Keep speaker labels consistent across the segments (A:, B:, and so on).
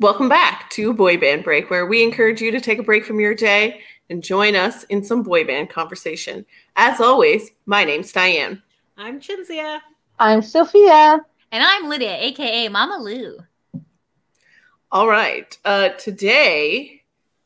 A: Welcome back to Boy Band Break, where we encourage you to take a break from your day and join us in some boy band conversation. As always, my name's Diane.
B: I'm Chinzia.
C: I'm Sophia.
D: And I'm Lydia, aka Mama Lou.
A: All right. Uh, today,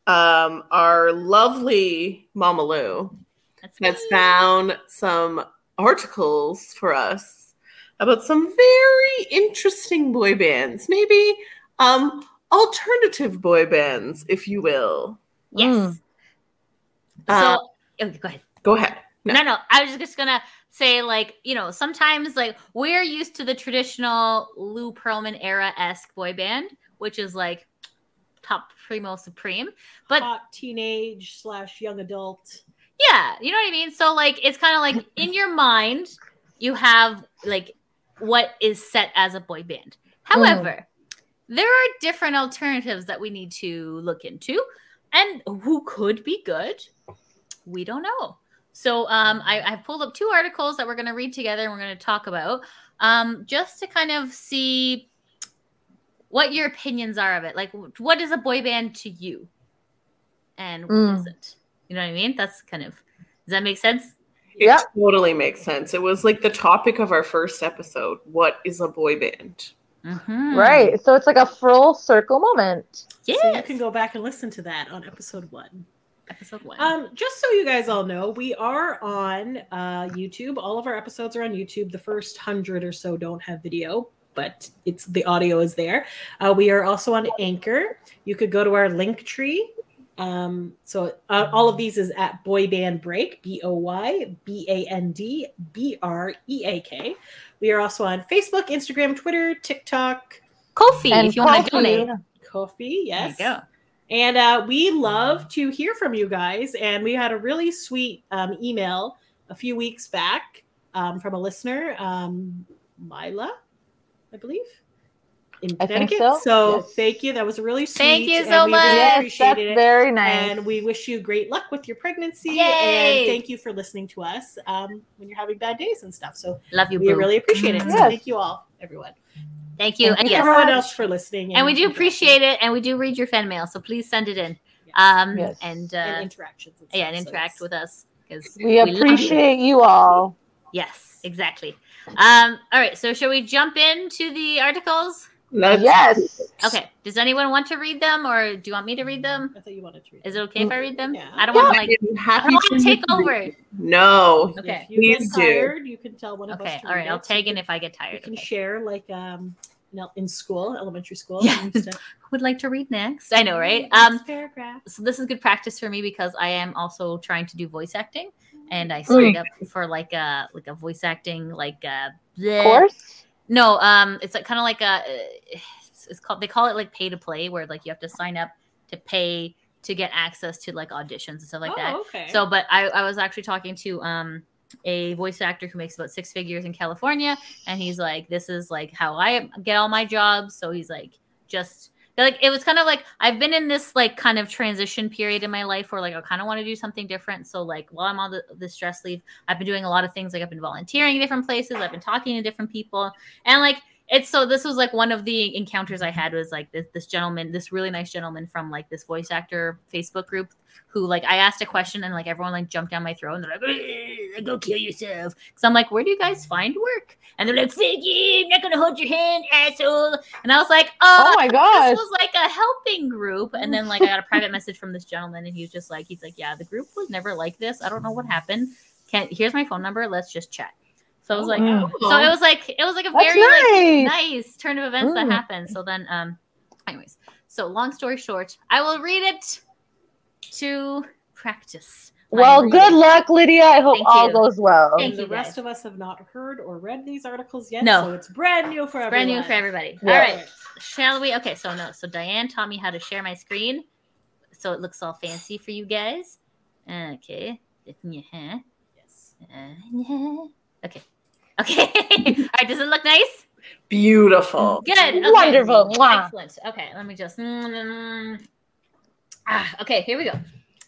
A: um, our lovely Mama Lou
D: That's me.
A: has found some articles for us about some very interesting boy bands, maybe um, alternative boy bands, if you will.
D: Yes.
C: Mm.
A: Uh,
D: so, okay, go ahead.
A: Go ahead. No.
D: No. no, I was just gonna say, like, you know, sometimes like we're used to the traditional Lou Pearlman era esque boy band, which is like top primo supreme. But
B: Hot teenage slash young adult.
D: yeah, you know what I mean? So like it's kind of like in your mind, you have like what is set as a boy band. However, there are different alternatives that we need to look into and who could be good. We don't know. So um, I, I pulled up two articles that we're going to read together and we're going to talk about um, just to kind of see what your opinions are of it. Like, what is a boy band to you and what
C: Mm.
D: not You know what I mean? That's kind of, does that make sense?
A: It
C: Yep.
A: totally makes sense. It was like the topic of our first episode. What is a boy band?
D: Mhm.
C: Right. So it's like a full circle moment.
D: Yes.
B: So you can go back and listen to that on episode one.
D: Episode one.
B: Um, just so you guys all know, we are on uh, YouTube. All of our episodes are on YouTube. The first hundred or so don't have video, but it's the audio is there. Uh, we are also on Anchor. You could go to our link tree. Um, so uh, all of these is at Boy Band Break, B O Y B A N D B R E A K. We are also on Facebook, Instagram, Twitter, TikTok,
D: Kofi,
C: and
D: if you want to
C: coffee.
D: donate.
B: Kofi. Yes.
D: There you go.
B: And uh, we love to hear from you guys. And we had a really sweet um, email a few weeks back um, from a listener, um, Mila, I believe, in
C: I think
B: Connecticut.
C: so, yes.
B: thank you. That was really sweet.
D: Thank you
B: and
D: so
B: we
D: much.
B: Really
C: Yes,
B: appreciated
C: that's
B: it.
C: very nice.
B: And we wish you great luck with your pregnancy.
D: Yay.
B: And thank you for listening to us um, when you're having bad days and stuff. So
D: Love you,
B: we
D: boo.
B: really appreciate it. So
C: Yes.
B: thank you all, everyone.
D: Thank you.
C: Thank
D: And
C: you
D: yes.
C: very
B: Everyone
C: much.
B: else for listening.
D: and we do
B: interacting.
D: appreciate it and we do read your fan mail so please send it in
B: Yes.
D: um
C: Yes.
D: and, uh,
B: and interactions. and
D: yeah and
B: stuff. So
D: interact
B: yes.
D: with us because
C: we appreciate you. all.
D: yes exactly um all right so shall we jump into the articles
A: Let's-
C: yes.
D: okay does anyone want to read them or do you want me to read them
B: I thought you wanted to read
D: is it okay if i read them
B: Yeah.
D: i don't want to like
A: I'm
D: i
A: happy
D: don't want
A: for you
D: to take
A: read.
D: over
A: No.
D: okay
B: If you
A: Please
B: get
A: do.
B: tired, you can tell one of us.
D: okay
B: to
D: all
B: read
D: right i'll
B: it, so
D: tag
B: you
D: in
B: can-
D: if i get
B: You
D: tired
B: can
D: okay.
B: share like um, you know, in school, elementary school.
D: Yeah.
B: you used to-
D: Who would like to read next i know right um
B: Next paragraph.
D: so this is good practice for me because I am also trying to do voice acting, and I signed up for like a like a voice acting like a
C: Of course.
D: no um it's like kind of like a it's, it's called they call it like pay to play where like you have to sign up to pay to get access to like auditions and stuff like
B: oh,
D: that.
B: okay.
D: So, but I, I was actually talking to um a voice actor who makes about six figures in California, and he's like, "This is like how I get all my jobs." So he's like, just like it was kind of like I've been in this like kind of transition period in my life where like I kind of want to do something different. So like while I'm on the, the stress leave, I've been doing a lot of things. Like I've been volunteering in different places, I've been talking to different people, and like. It's so this was like one of the encounters I had was like this, this gentleman, this really nice gentleman from like this voice actor Facebook group who like I asked a question and like everyone like jumped down my throat and they're like, "Ugh, go kill yourself. Cause I'm like, where do you guys find work? And they're like, thank you, I'm not gonna hold your hand, asshole. And I was like,
C: Oh
D: oh,
C: my
D: this
C: gosh.
D: was like a helping group. And then like I got a private message from this gentleman and he was just like, he's like, yeah, the group was never like this. I don't know what happened. Can't here's my phone number. Let's just chat. So I was like,
C: wow.
D: so it was like it was like a
C: Mm, That's
D: very like
C: nice.
D: nice turn of events that
C: Mm.
D: happened. So then, um, anyways, so long story short, I will read it to practice. my
C: Well,
D: reading.
C: good luck, Lydia. I hope
D: Thank
C: all
D: you.
C: goes well.
D: Thank
B: and the
D: you,
B: rest
D: guys.
B: of us have not heard or read these articles yet.
D: No.
B: So it's brand new for
D: It's
B: everyone.
D: brand new for everybody.
C: Yeah.
D: All right, shall we? Okay, so no, so Diane taught me how to share my screen, so it looks all fancy for you guys. Okay. Yeah.
B: Yes.
D: Uh, yeah. Okay. Okay. all right. Does it look nice?
A: Beautiful.
D: Good. Okay.
C: Wonderful. Mwah.
D: Excellent. Okay, let me just. mm, Ah, okay, here we go.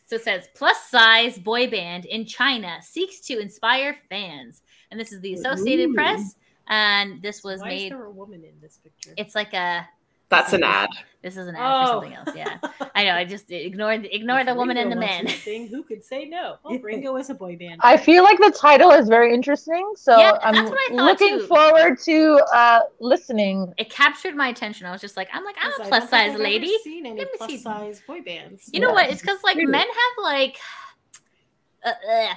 D: So it says plus size boy band in China seeks to inspire fans, and this is the Associated
A: Ooh.
D: Press, and this was
B: Why is
D: made.
B: there a woman in this picture?
D: It's like a
A: That's an ad.
D: This is an ad for
B: Oh.
D: something else. Yeah, I know. I just ignored ignore
B: If
D: the woman and the
B: Ringo wants
D: men.
B: to Sing, who could say no? Well, Ringo is a boy band.
C: I feel like the title is very interesting, so
D: Yeah,
C: I'm
D: that's what I thought,
C: looking
D: too.
C: forward to uh, listening.
D: It captured my attention. I was just like, I'm like,
B: Because
D: I'm
B: I
D: a
B: don't
D: Ah, plus
B: think
D: size
B: I've ever
D: lady.
B: Seen any
D: Let me
B: plus
D: see.
B: size boy bands?
D: You know
C: Yeah.
D: what? It's because like
C: Really.
D: men have like uh, uh,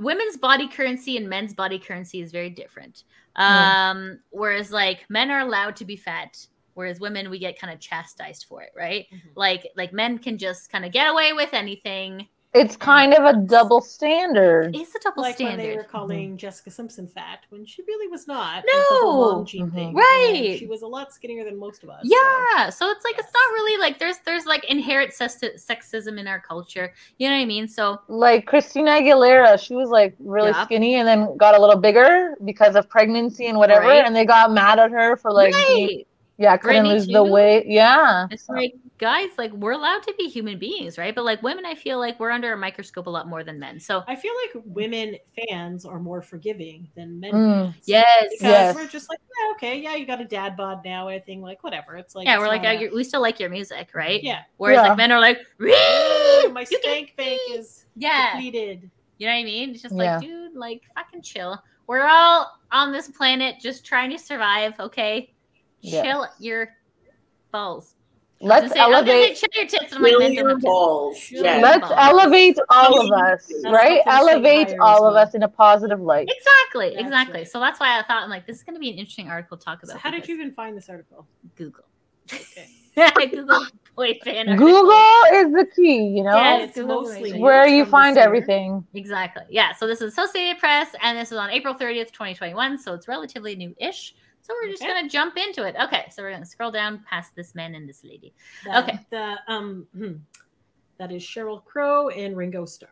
D: women's body currency and men's body currency is very different. Um, whereas like men are allowed to be fat, whereas women we get kind of chastised for it, right?
B: Mhm.
D: Like like men can just kind of get away with anything.
C: It's kind of a double standard.
D: It's a double
B: like
D: standard. Mm-hmm.
B: when they were calling Jessica Simpson fat when she really was not.
D: No.
B: with the whole long jean
C: Mhm.
B: thing.
D: Right.
B: And She was a lot skinnier than most of us. so-
D: Yeah, so it's like it's
B: Yes.
D: not really like there's there's like inherent sex- sexism in our culture. You know what I mean? So
C: Like Christina Aguilera, she was like really
D: Yeah.
C: skinny and then got a little bigger because of pregnancy and whatever,
D: Right.
C: and they got mad at her for like,
D: Right.
C: yeah, couldn't
D: Britney
C: lose the
D: too.
C: weight. Yeah,
D: it's like guys, like we're allowed to be human beings, right? But like women, I feel like we're under a microscope a lot more than men. So
B: I feel like women fans are more forgiving than men.
C: Mm.
B: fans.
D: yes,
B: Because
C: Yes.
B: we're just like, yeah, okay, yeah, you got a dad bod now and a thing, like, whatever. It's like,
D: yeah,
B: it's
D: we're like
B: not
D: oh,
B: a-
D: you we still like your music, right?
B: yeah.
D: Whereas
C: Yeah.
D: like men are like, "Wee!
B: Oh, My
D: You can-
B: stank bank is
D: yeah,
B: depleted.
D: you know what I mean? It's just
C: Yeah.
D: like, dude, like fucking chill. We're all on this planet just trying to survive. Okay,
C: Yes.
D: chill your balls. I was
C: let's
D: gonna say, I was gonna say,
C: elevate.
D: chill your tits. And I'm like,
A: Fill
D: men don't
A: your
D: have tits.
A: balls.
D: Yeah.
A: Yes.
C: Let's elevate all of us,
A: That's
B: something
C: right?
B: to say
C: Elevate
B: higher as
C: all of
B: well.
C: us in a positive light.
D: Exactly,
B: That's
D: exactly.
B: right.
D: So that's why I thought I'm like, this is going to be an interesting article to talk about.
B: So how did
D: because
B: you even find this article?
D: Google?
B: Okay.
D: I Googled boy fan. articles.
C: Google is the key, you know?
D: Yeah,
B: it's
D: Google
B: mostly
D: images.
C: where
B: it's
C: you
B: from
C: find
B: this year.
C: everything.
D: Exactly. Yeah. So this is Associated Press, and this is on April 30th, 2021. So it's relatively new-ish. So we're just
B: Okay.
D: going to jump into it. Okay. So we're going to scroll down past this man and this lady.
B: That-
D: Okay.
B: The, um, hmm. that is Cheryl Crow and Ringo Starr.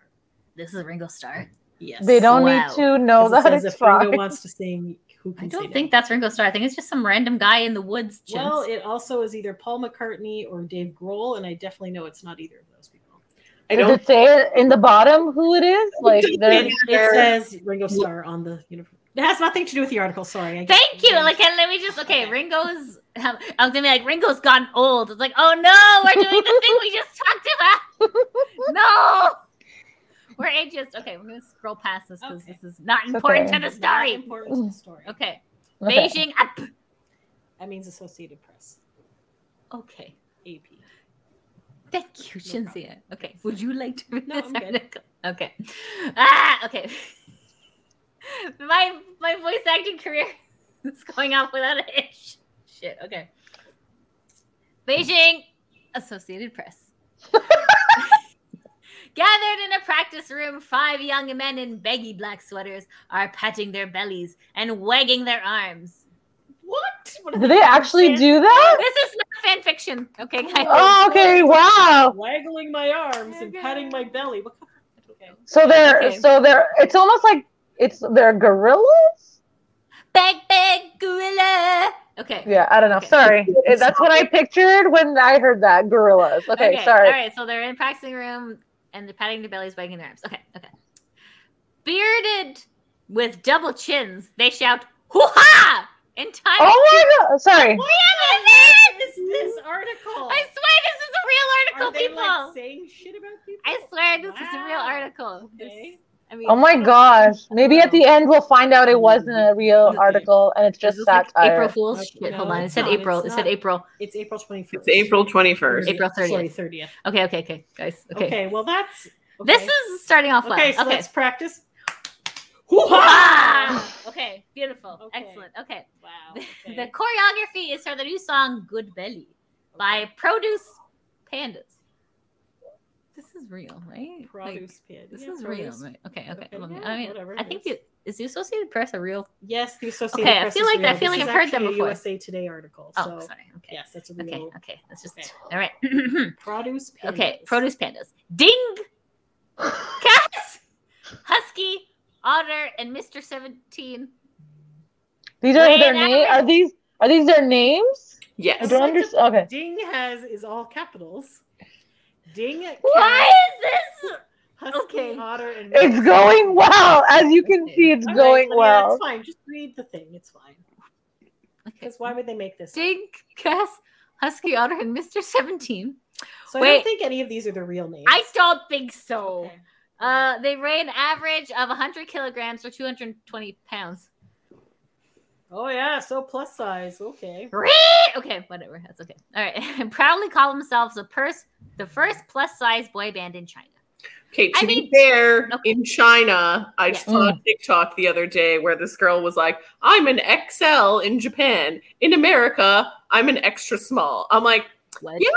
D: This is Ringo Starr.
B: Yes.
C: They don't
D: Wow.
C: need to know
B: 'Cause it
C: Oh, that
B: says
C: it's
B: if Ringo
C: fine.
B: wants to sing, who can
D: I
B: say
D: don't
B: no?
D: think that's Ringo Starr. I think it's just some random guy in the woods. gents.
B: Well, it also is either Paul McCartney or Dave Grohl, and I definitely know it's not either of those people.
A: I
C: Does
A: don't
C: it say it in the bottom who it is? Like, there,
B: It,
A: There-
B: it says Ringo Starr on the uniform. It has nothing to do with the article. Sorry. I get-
D: Thank you. Like, and let me just okay.
B: Okay.
D: Ringo's. um, I was gonna be like, Ringo's gotten old. It's like, oh no, we're doing the thing we just talked about. No, we're ageist. Okay, we're gonna scroll past this because
B: Okay.
D: this is not
C: It's
D: important
C: okay.
D: to the
B: It's not
D: story.
B: important to the story.
D: Okay,
C: okay.
D: Beijing up.
B: That means Associated Press,
D: Okay,
B: AP.
D: thank you,
B: No problem.
D: Shinzia. Okay, would you like to read
B: No,
D: this
B: I'm good.
D: article? Okay. Ah, okay. my my voice acting career is going off without a hitch. Shit. Okay. Beijing Associated Press. Gathered in a practice room, five young men in baggy black sweaters are patting their bellies and wagging their arms.
B: What? What
C: Do they actually do that?
D: This is not fan fiction, okay, guys?
C: Oh, okay. Wow.
B: Waggling my arms and patting my belly. What? Okay.
C: So they're,
D: Okay.
C: so they're, it's almost like it's, they're gorillas?
D: Big, big gorilla. Okay.
C: Yeah, I don't know.
D: Okay.
C: Sorry. That's what I pictured when I heard that gorillas. Okay,
D: All
C: sorey.
D: right, so they're in a practicing room and they're patting their bellies, wagging their arms. Okay, okay. Bearded with double chins, they shout "hoo ha!" in time.
C: Oh my god. Sorry.
D: What is this?
B: This article.
D: I swear this is a real article,
B: Are they
D: people.
B: like saying shit about people?
D: I swear this is a real
B: Wow.
D: article.
B: Okay.
D: I mean,
C: Oh my gosh. Maybe at the end we'll find out it wasn't a real
B: Okay.
C: article and it's just
D: this is like April
C: satire.
D: Fool's
B: Okay,
D: shit.
B: Oh no,
D: Hold on, it
B: it's
D: said
B: not,
D: April.
B: it's
D: It said
B: not.
D: April.
B: It's April 21st.
A: It's April 21st.
D: April
B: Sorry,
D: 30th.
B: 30th.
D: Okay, okay, okay, guys. Okay,
B: Okay, well, that's.
D: this
B: okay.
D: is starting off well.
B: Okay,
D: Okay,
B: so let's practice.
D: Hoo-ha! okay, beautiful,
B: Ah! Okay. Oh,
D: excellent. Okay.
B: Wow.
D: The choreography is for the new song Good Belly by Produce Pandas. This is real, right? Like,
B: produce pin.
D: this
B: Yeah,
D: is real,
B: produce.
D: right? Okay, okay.
B: Okay,
D: I mean,
B: yeah,
D: I, mean,
B: whatever
D: I
B: it
D: think
B: is.
D: the, is the Associated Press a real?
B: Yes, the Associated
D: Okay, I
B: Press
D: feel
B: is
D: like- I
B: real.
D: feel
B: This
D: like
B: is
D: I've heard them
B: actually
D: before.
B: A USA Today article.
D: Oh,
B: so
D: sorry. Okay,
B: yes, that's a real
D: okay, okay. That's just
B: Okay.
D: all right.
B: produce pin.
D: okay, Produce Pandas. Ding, Cass, Husky, Otter, and Mister Seventeen.
C: These are
D: Wait,
C: their
D: that-
C: name. Are these are these their names? I
A: Yes.
C: don't understand. Okay.
B: Ding has is all capitals. Ding.
D: Why
B: cat,
D: is this?
B: Husky,
D: Okay.
B: Otter, and
C: It's going well. As you can
D: Okay.
C: see, it's
B: All right,
C: going
B: Lydia,
C: well.
B: It's fine. Just read the thing. It's fine.
D: Okay.
B: Because why would they make this?
D: Dink, Cass, Husky Otter, and Mr. 17.
B: So I
D: Wait.
B: don't think any of these are the real names.
D: I don't think so.
B: Okay.
D: Uh, they weigh an average of 100 kilograms or 220 pounds.
B: Oh yeah, so plus size. Okay.
D: Okay, whatever. That's okay. All right. And proudly call themselves the, pers- the first plus size boy band in China.
A: Okay, to
D: I
A: be
D: mean-
A: fair,
D: Okay.
A: in China, I
D: Yeah.
A: saw
C: Mm.
A: a TikTok the other day where this girl was like, I'm an XL in Japan. In America, I'm an extra small. I'm like,
D: What?
A: Yeah.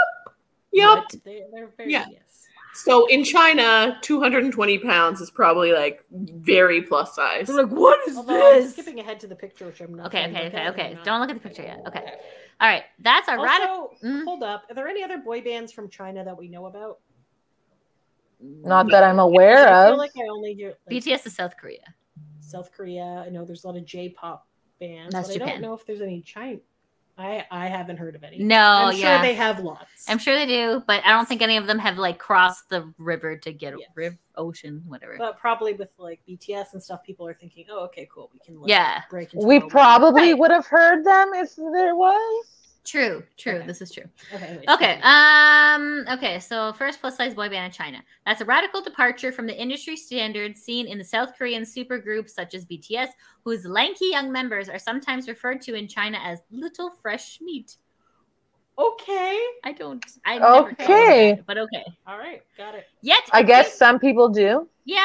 A: yep.
B: But They, are very
A: Yeah.
B: yes.
A: So in China, 220 pounds is probably like very plus size.
D: like, what is
B: Although I'm skipping ahead to the picture, which I'm not.
D: Okay,
B: gonna
D: okay,
B: look
D: okay,
B: at.
D: okay.
B: I'm not-
D: Don't look at the picture yet. Okay. All right. That's our radical.
B: Also,
D: Mm.
B: hold up. Are there any other boy bands from China that we know about?
C: Not that I'm aware
B: I feel
C: of.
B: like I only hear like,
D: BTS is South Korea.
B: South Korea. I know there's a lot of J-pop bands,
D: That's
B: but I
D: Japan.
B: don't know if there's any China. I I haven't heard of any.
D: No,
B: I'm
D: yeah.
B: sure they have lots.
D: I'm sure they do, but I don't think any of them have like crossed the river to get
B: Yes.
D: river, ocean, whatever.
B: but probably with like BTS and stuff, people are thinking, "Oh, okay, cool, we can like,
D: Yeah.
B: break." Into
C: We
B: a world."
C: probably
D: Right.
C: would have heard them if there was.
D: true, true.
B: Okay.
D: This is true.
B: okay. anyways,
D: Okay.
B: continue.
D: Um. Okay. So first plus size boy band in China. That's a radical departure from the industry standards seen in the South Korean supergroups such as BTS, whose lanky young members are sometimes referred to in China as little fresh meat.
B: okay,
D: I don't. I never thought of
C: Okay.
D: that, but okay.
B: all right, got it.
D: Yet
C: I guess
D: exist-
C: some people do.
D: Yeah.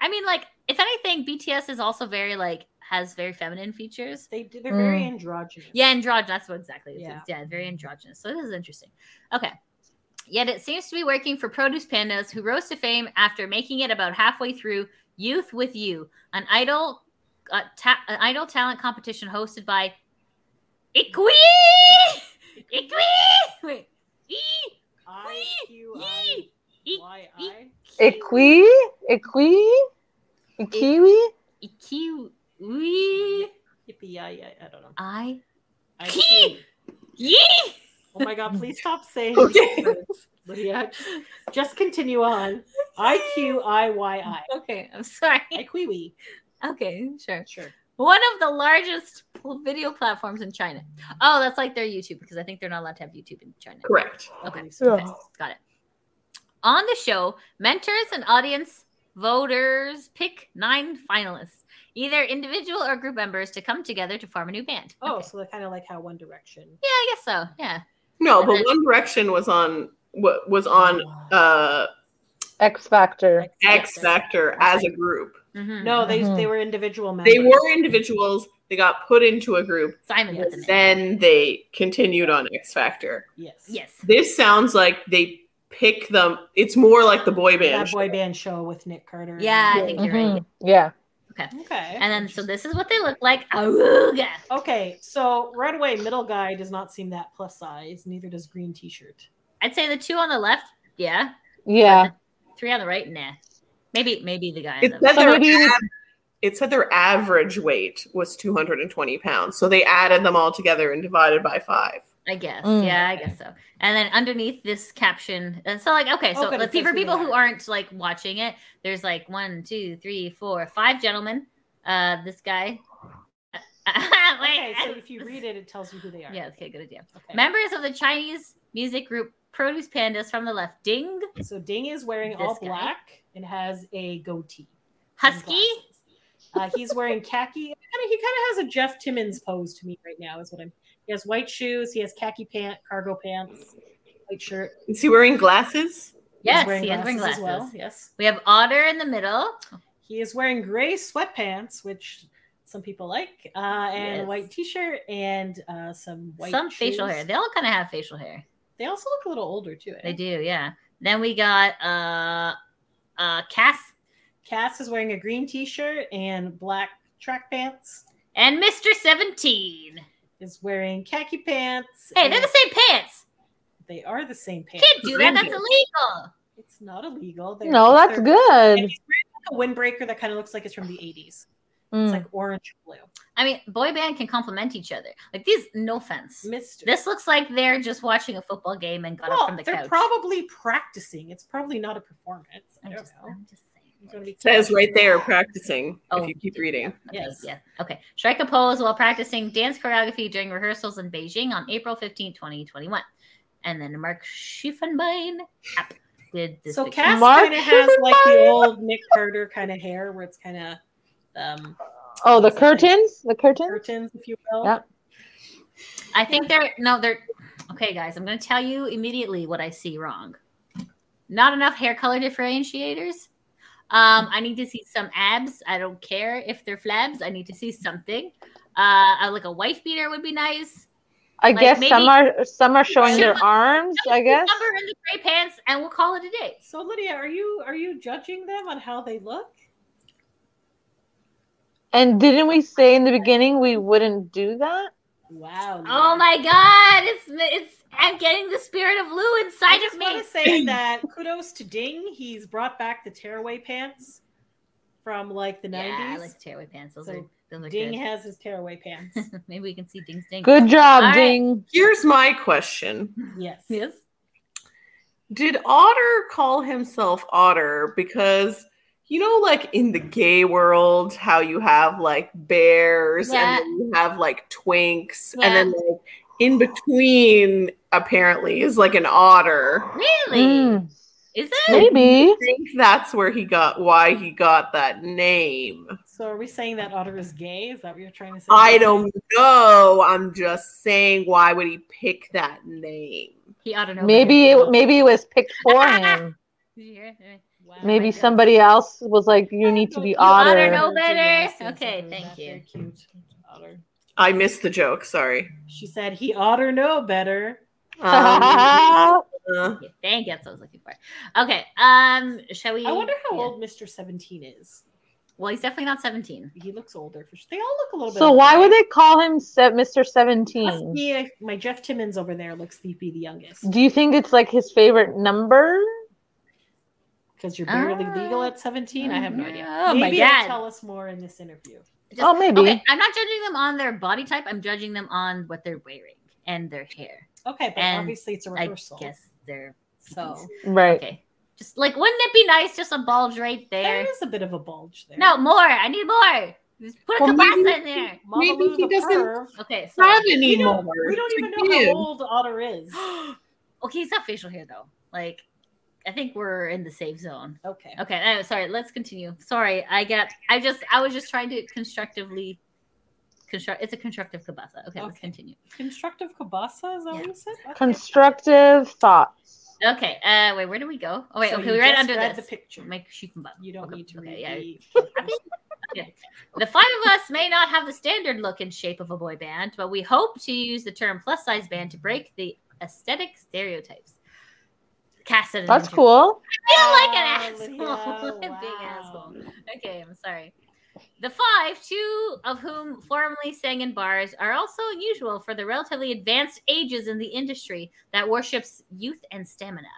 D: I mean, like, if anything, BTS is also very like has very feminine features.
B: They do- they're very androgynous.
D: Yeah, androgynous. That's what exactly it
B: Yeah.
D: is. Yeah, very androgynous. So this is interesting. Okay. Yet it seems to be working for Produce Pandas, who rose to fame after making it about halfway through Youth with You, an idol, uh, ta- an idol talent competition hosted by Ikui. Ikui. Wait. E.
B: I Q I
D: E. E.
B: Y I.
C: Iqui? Iqui? Ikiwi?
D: Ikui.
B: Yippee! I, I, I don't know.
D: I.
B: I
D: Ki-
B: Q.
D: Yee.
B: Oh my god! Please stop saying.
A: Okay.
B: these words, Lydia, just, just continue on. I Q I Y I.
D: Okay, I'm sorry.
B: I Quiwi.
D: Okay, sure.
B: Sure.
D: One of the largest pl- video platforms in China. Oh, that's like their YouTube because I think they're not allowed to have YouTube in China.
A: Correct.
D: Okay.
B: believe so.
D: okay, Got it. On the show, mentors and audience voters pick nine finalists, either individual or group members, to come together to form a new band.
B: Oh,
D: Okay.
B: so they're kind of like how One Direction.
D: yeah, I guess so. Yeah.
A: No, but
D: And then-
A: One Direction was on wa- was on uh
C: X Factor.
B: Like,
A: X
B: yeah,
A: Factor as a group.
D: Mhm.
B: No, they
C: Mhm.
B: they were individual members.
A: They were individuals, they got put into a group,
D: Simon with the name.
A: then they continued on X Factor.
B: Yes.
D: Yes.
A: This sounds like they pick them. It's more like the boy band.
B: That boy band show with Nick Carter. and-
D: Yeah, I think you're
C: Mhm.
D: right.
B: Mm-hmm.
C: Yeah.
B: Okay.
D: And then, so this is what they look like. Aruga.
B: Okay, so right away, middle guy does not seem that plus size. Neither does green T-shirt.
D: I'd say the two on the left, yeah.
C: Yeah.
D: Three on the right, nah. Maybe, maybe the guy.
A: It
D: on the
A: said,
C: So
A: their
C: maybe you need-
A: av- it said their average weight was 220 pounds. So they added them all together and divided by five.
D: I guess.
C: Mm.
D: yeah, I guess so. And then underneath this caption, and so like, okay,
B: Oh,
D: so
B: good, it
D: let's see
B: says
D: for
B: who they
D: people who
B: are.
D: aren't like watching it. There's like one, two, three, four, five gentlemen. Uh, this guy. Wait,
B: Okay, so if you read it, it tells you who they are.
D: yeah, okay, good idea.
B: Okay.
D: Members of the Chinese music group Produce Pandas from the left, Ding
B: so Ding is wearing all
D: This guy.
B: black and has a goatee. and
D: Husky.
B: glasses. Uh, he's wearing khaki. Kinda- he kind of has a Jeff Timmons pose to me right now. Is what I'm. He has white shoes. He has khaki pant, cargo pants, white shirt.
A: Is he wearing glasses?
B: He's
D: Yes, he has wearing glasses.
B: as well. Yes.
D: We have Otter in the middle.
B: He is wearing gray sweatpants, which some people like, uh, and
D: Yes.
B: white t-shirt and uh, some white
D: Some facial hair.
B: shoes.
D: They all kind of have facial hair.
B: They also look a little older too. eh?
D: They do, yeah. Then we got uh uh Cass
B: Cass is wearing a green t-shirt and black track pants.
D: and Mr. 17.
B: Is wearing khaki pants.
D: Hey,
B: and
D: they're the same pants.
B: they are the same pants.
D: Can't do that. That's illegal.
B: It's not illegal. They're-
C: No,
B: it's
C: that's
B: their- And
C: good.
B: he's wearing like a windbreaker that kind of looks like it's from the 80s. It's
C: Mm.
B: like orange blue.
D: I mean, boy band can complement each other. Like these, no offense.
B: Mr.
D: This looks like they're just watching a football game and got up
B: well,
D: from the
B: they're
D: couch.
B: probably practicing. It's probably not a performance. I
D: I'm
B: don't
D: just,
B: know.
D: I'm just saying.
B: It's gonna be
A: Says right there, practicing.
D: Oh.
A: If you keep reading,
D: Okay,
B: Yes.
D: Yeah. Okay. Shrike pose while practicing dance choreography during rehearsals in Beijing on April 15, 2021. And then Mark Schiffenbein app did this.
B: so
D: picture.
B: Cass
C: Mark
B: kind of has like the
C: Zuckerberg.
B: old Nick Carter kind of hair where it's kind of um,
C: Oh, the curtains? The curtains?
B: curtains, if you will.
C: Yeah.
D: I think they're no, they're okay, guys. I'm gonna tell you immediately what I see wrong. Not enough hair color differentiators. Um, I need to see some abs. I don't care if they're flabs. I need to see something. Uh, I- like a wife beater would be nice.
C: I
D: Like,
C: guess some are some are
D: Show
C: showing their
D: them-
C: arms, I guess.
D: Number in the gray pants, and we'll call it a day.
B: So Lydia, are you are you judging them on how they look?
C: And didn't we say in the beginning we wouldn't do that?
B: Wow.
D: Oh
B: Lydia.
D: my god! It's it's. I'm getting the spirit of Lou
B: I
D: inside
B: just
D: of me.
B: want to say that kudos to Ding. He's brought back the tearaway pants from like the
D: Yeah, I
B: 90s.
D: like the tearaway pants. Those
B: So
D: are those are
B: Ding
D: good.
B: has his tearaway pants.
D: Maybe we can see Ding's ding.
C: Good job,
D: All right.
C: Ding.
A: here's my question:
B: yes.
D: Yes.
A: Did Otter call himself Otter because? You know, like in the gay world, how you have like bears
D: Yeah.
A: and then you have like twinks,
D: Yeah.
A: and then like in between, apparently, is like an otter.
D: Really?
C: Mm,
D: Is it?
C: maybe.
A: I think that's where he got why he got that name.
B: So are we saying that Otter is gay? Is that what you're trying to say?
A: I don't know. I'm just saying, why would he pick that name?
D: He ought to know.
C: Maybe
D: better.
C: it maybe it was picked for him.
D: Did you hear it? Alright.
B: Wow.
C: Maybe somebody else was like, "You need to be
B: You
D: oughta
C: otter."
D: know better.
B: Yes, yes,
D: Okay,
B: yes,
D: thank
B: that's
D: you.
B: very Cute. Otter.
A: I missed the joke. Sorry.
B: She said he otter know better.
A: Um, uh,
D: Yeah, Thank you. That's what I was looking for. Okay. Um. Shall we?
B: I wonder how
D: yeah.
B: old Mr. 17 is.
D: Well, he's definitely not 17.
B: He looks older for sure. They all look a little bit.
C: so
B: older,
C: why
B: right?
C: would they call him Se- Mr.
B: Must
C: 17?
B: be, uh, my Jeff Timmons over there looks to be the youngest
C: Do you think it's like his favorite number?
B: because you're barely
D: Ah.
B: legal at 17. I have no idea.
D: Oh, my
B: Maybe it'll
D: God.
B: tell us more in this interview.
D: Just-
C: Oh, maybe.
D: Okay. I'm not judging them on their body type. I'm judging them on what they're wearing and their hair.
B: Okay, but
D: And
B: obviously it's a
D: I
B: rehearsal.
D: guess they're
B: So
C: Right.
D: okay. Just like, wouldn't it be nice just a bulge right
B: there
D: there?
B: is a bit of a bulge there.
D: No, more. I need more. Just put a
A: Well, maybe-
D: kielbasa in there.
B: Mama
A: Maybe
B: Lou's
A: he
B: a
A: doesn't-
B: perv.
D: Okay. So,
A: Have any
B: We don't,
A: more
B: we don't
A: to
B: even know
A: give.
B: how old Otter is.
D: okay, it's not facial hair though. Like, I think we're in the safe zone.
B: Okay.
D: Okay, anyway, sorry. Let's continue. Sorry, I get. I just. I was just trying to constructively. Construct. It's a constructive kielbasa. Okay, let's
B: Okay.
D: continue.
B: Constructive kibasa, is that
D: Yeah.
B: what you said? Okay.
C: Constructive thoughts.
D: Okay. Uh, wait. Where do we go? Oh wait.
B: So
D: okay,
B: you
D: we right
B: just
D: under
B: read
D: this.
B: the picture.
D: Make shikumba.
B: you don't
D: Okay,
B: need to
D: okay,
B: read
D: yeah, yeah.
B: the-
D: The five of us may not have the standard look and shape of a boy band, but we hope to use the term plus size band to break the aesthetic stereotypes. Cass said it in
C: That's
D: the-
C: cool.
D: I
B: Oh,
D: feel like an asshole.
B: Lydia,
D: I'm being an
B: wow.
D: asshole. Okay, I'm sorry. The five, two of whom formerly sang in bars, are also unusual for the relatively advanced ages in the industry that worships youth and stamina.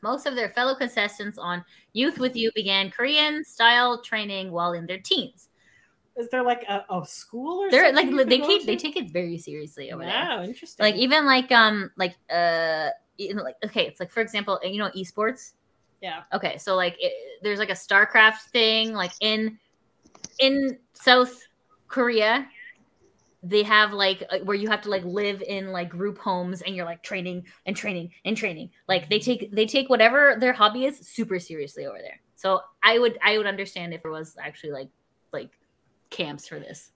D: Most of their fellow contestants on Youth with You began Korean style training while in their teens.
B: Is there like a, a school or
D: They're like
B: something you
D: they
B: could go
D: keep they
B: to?
D: take it very seriously over there
B: Wow, interesting.
D: like even like um like uh even like okay it's like for example you know esports
B: Yeah.
D: okay so like it, there's like a starcraft thing like in in south korea they have like uh, where you have to like live in like group homes and you're like training and training and training like they take they take whatever their hobby is super seriously over there so i would i would understand if it was actually like like camps for this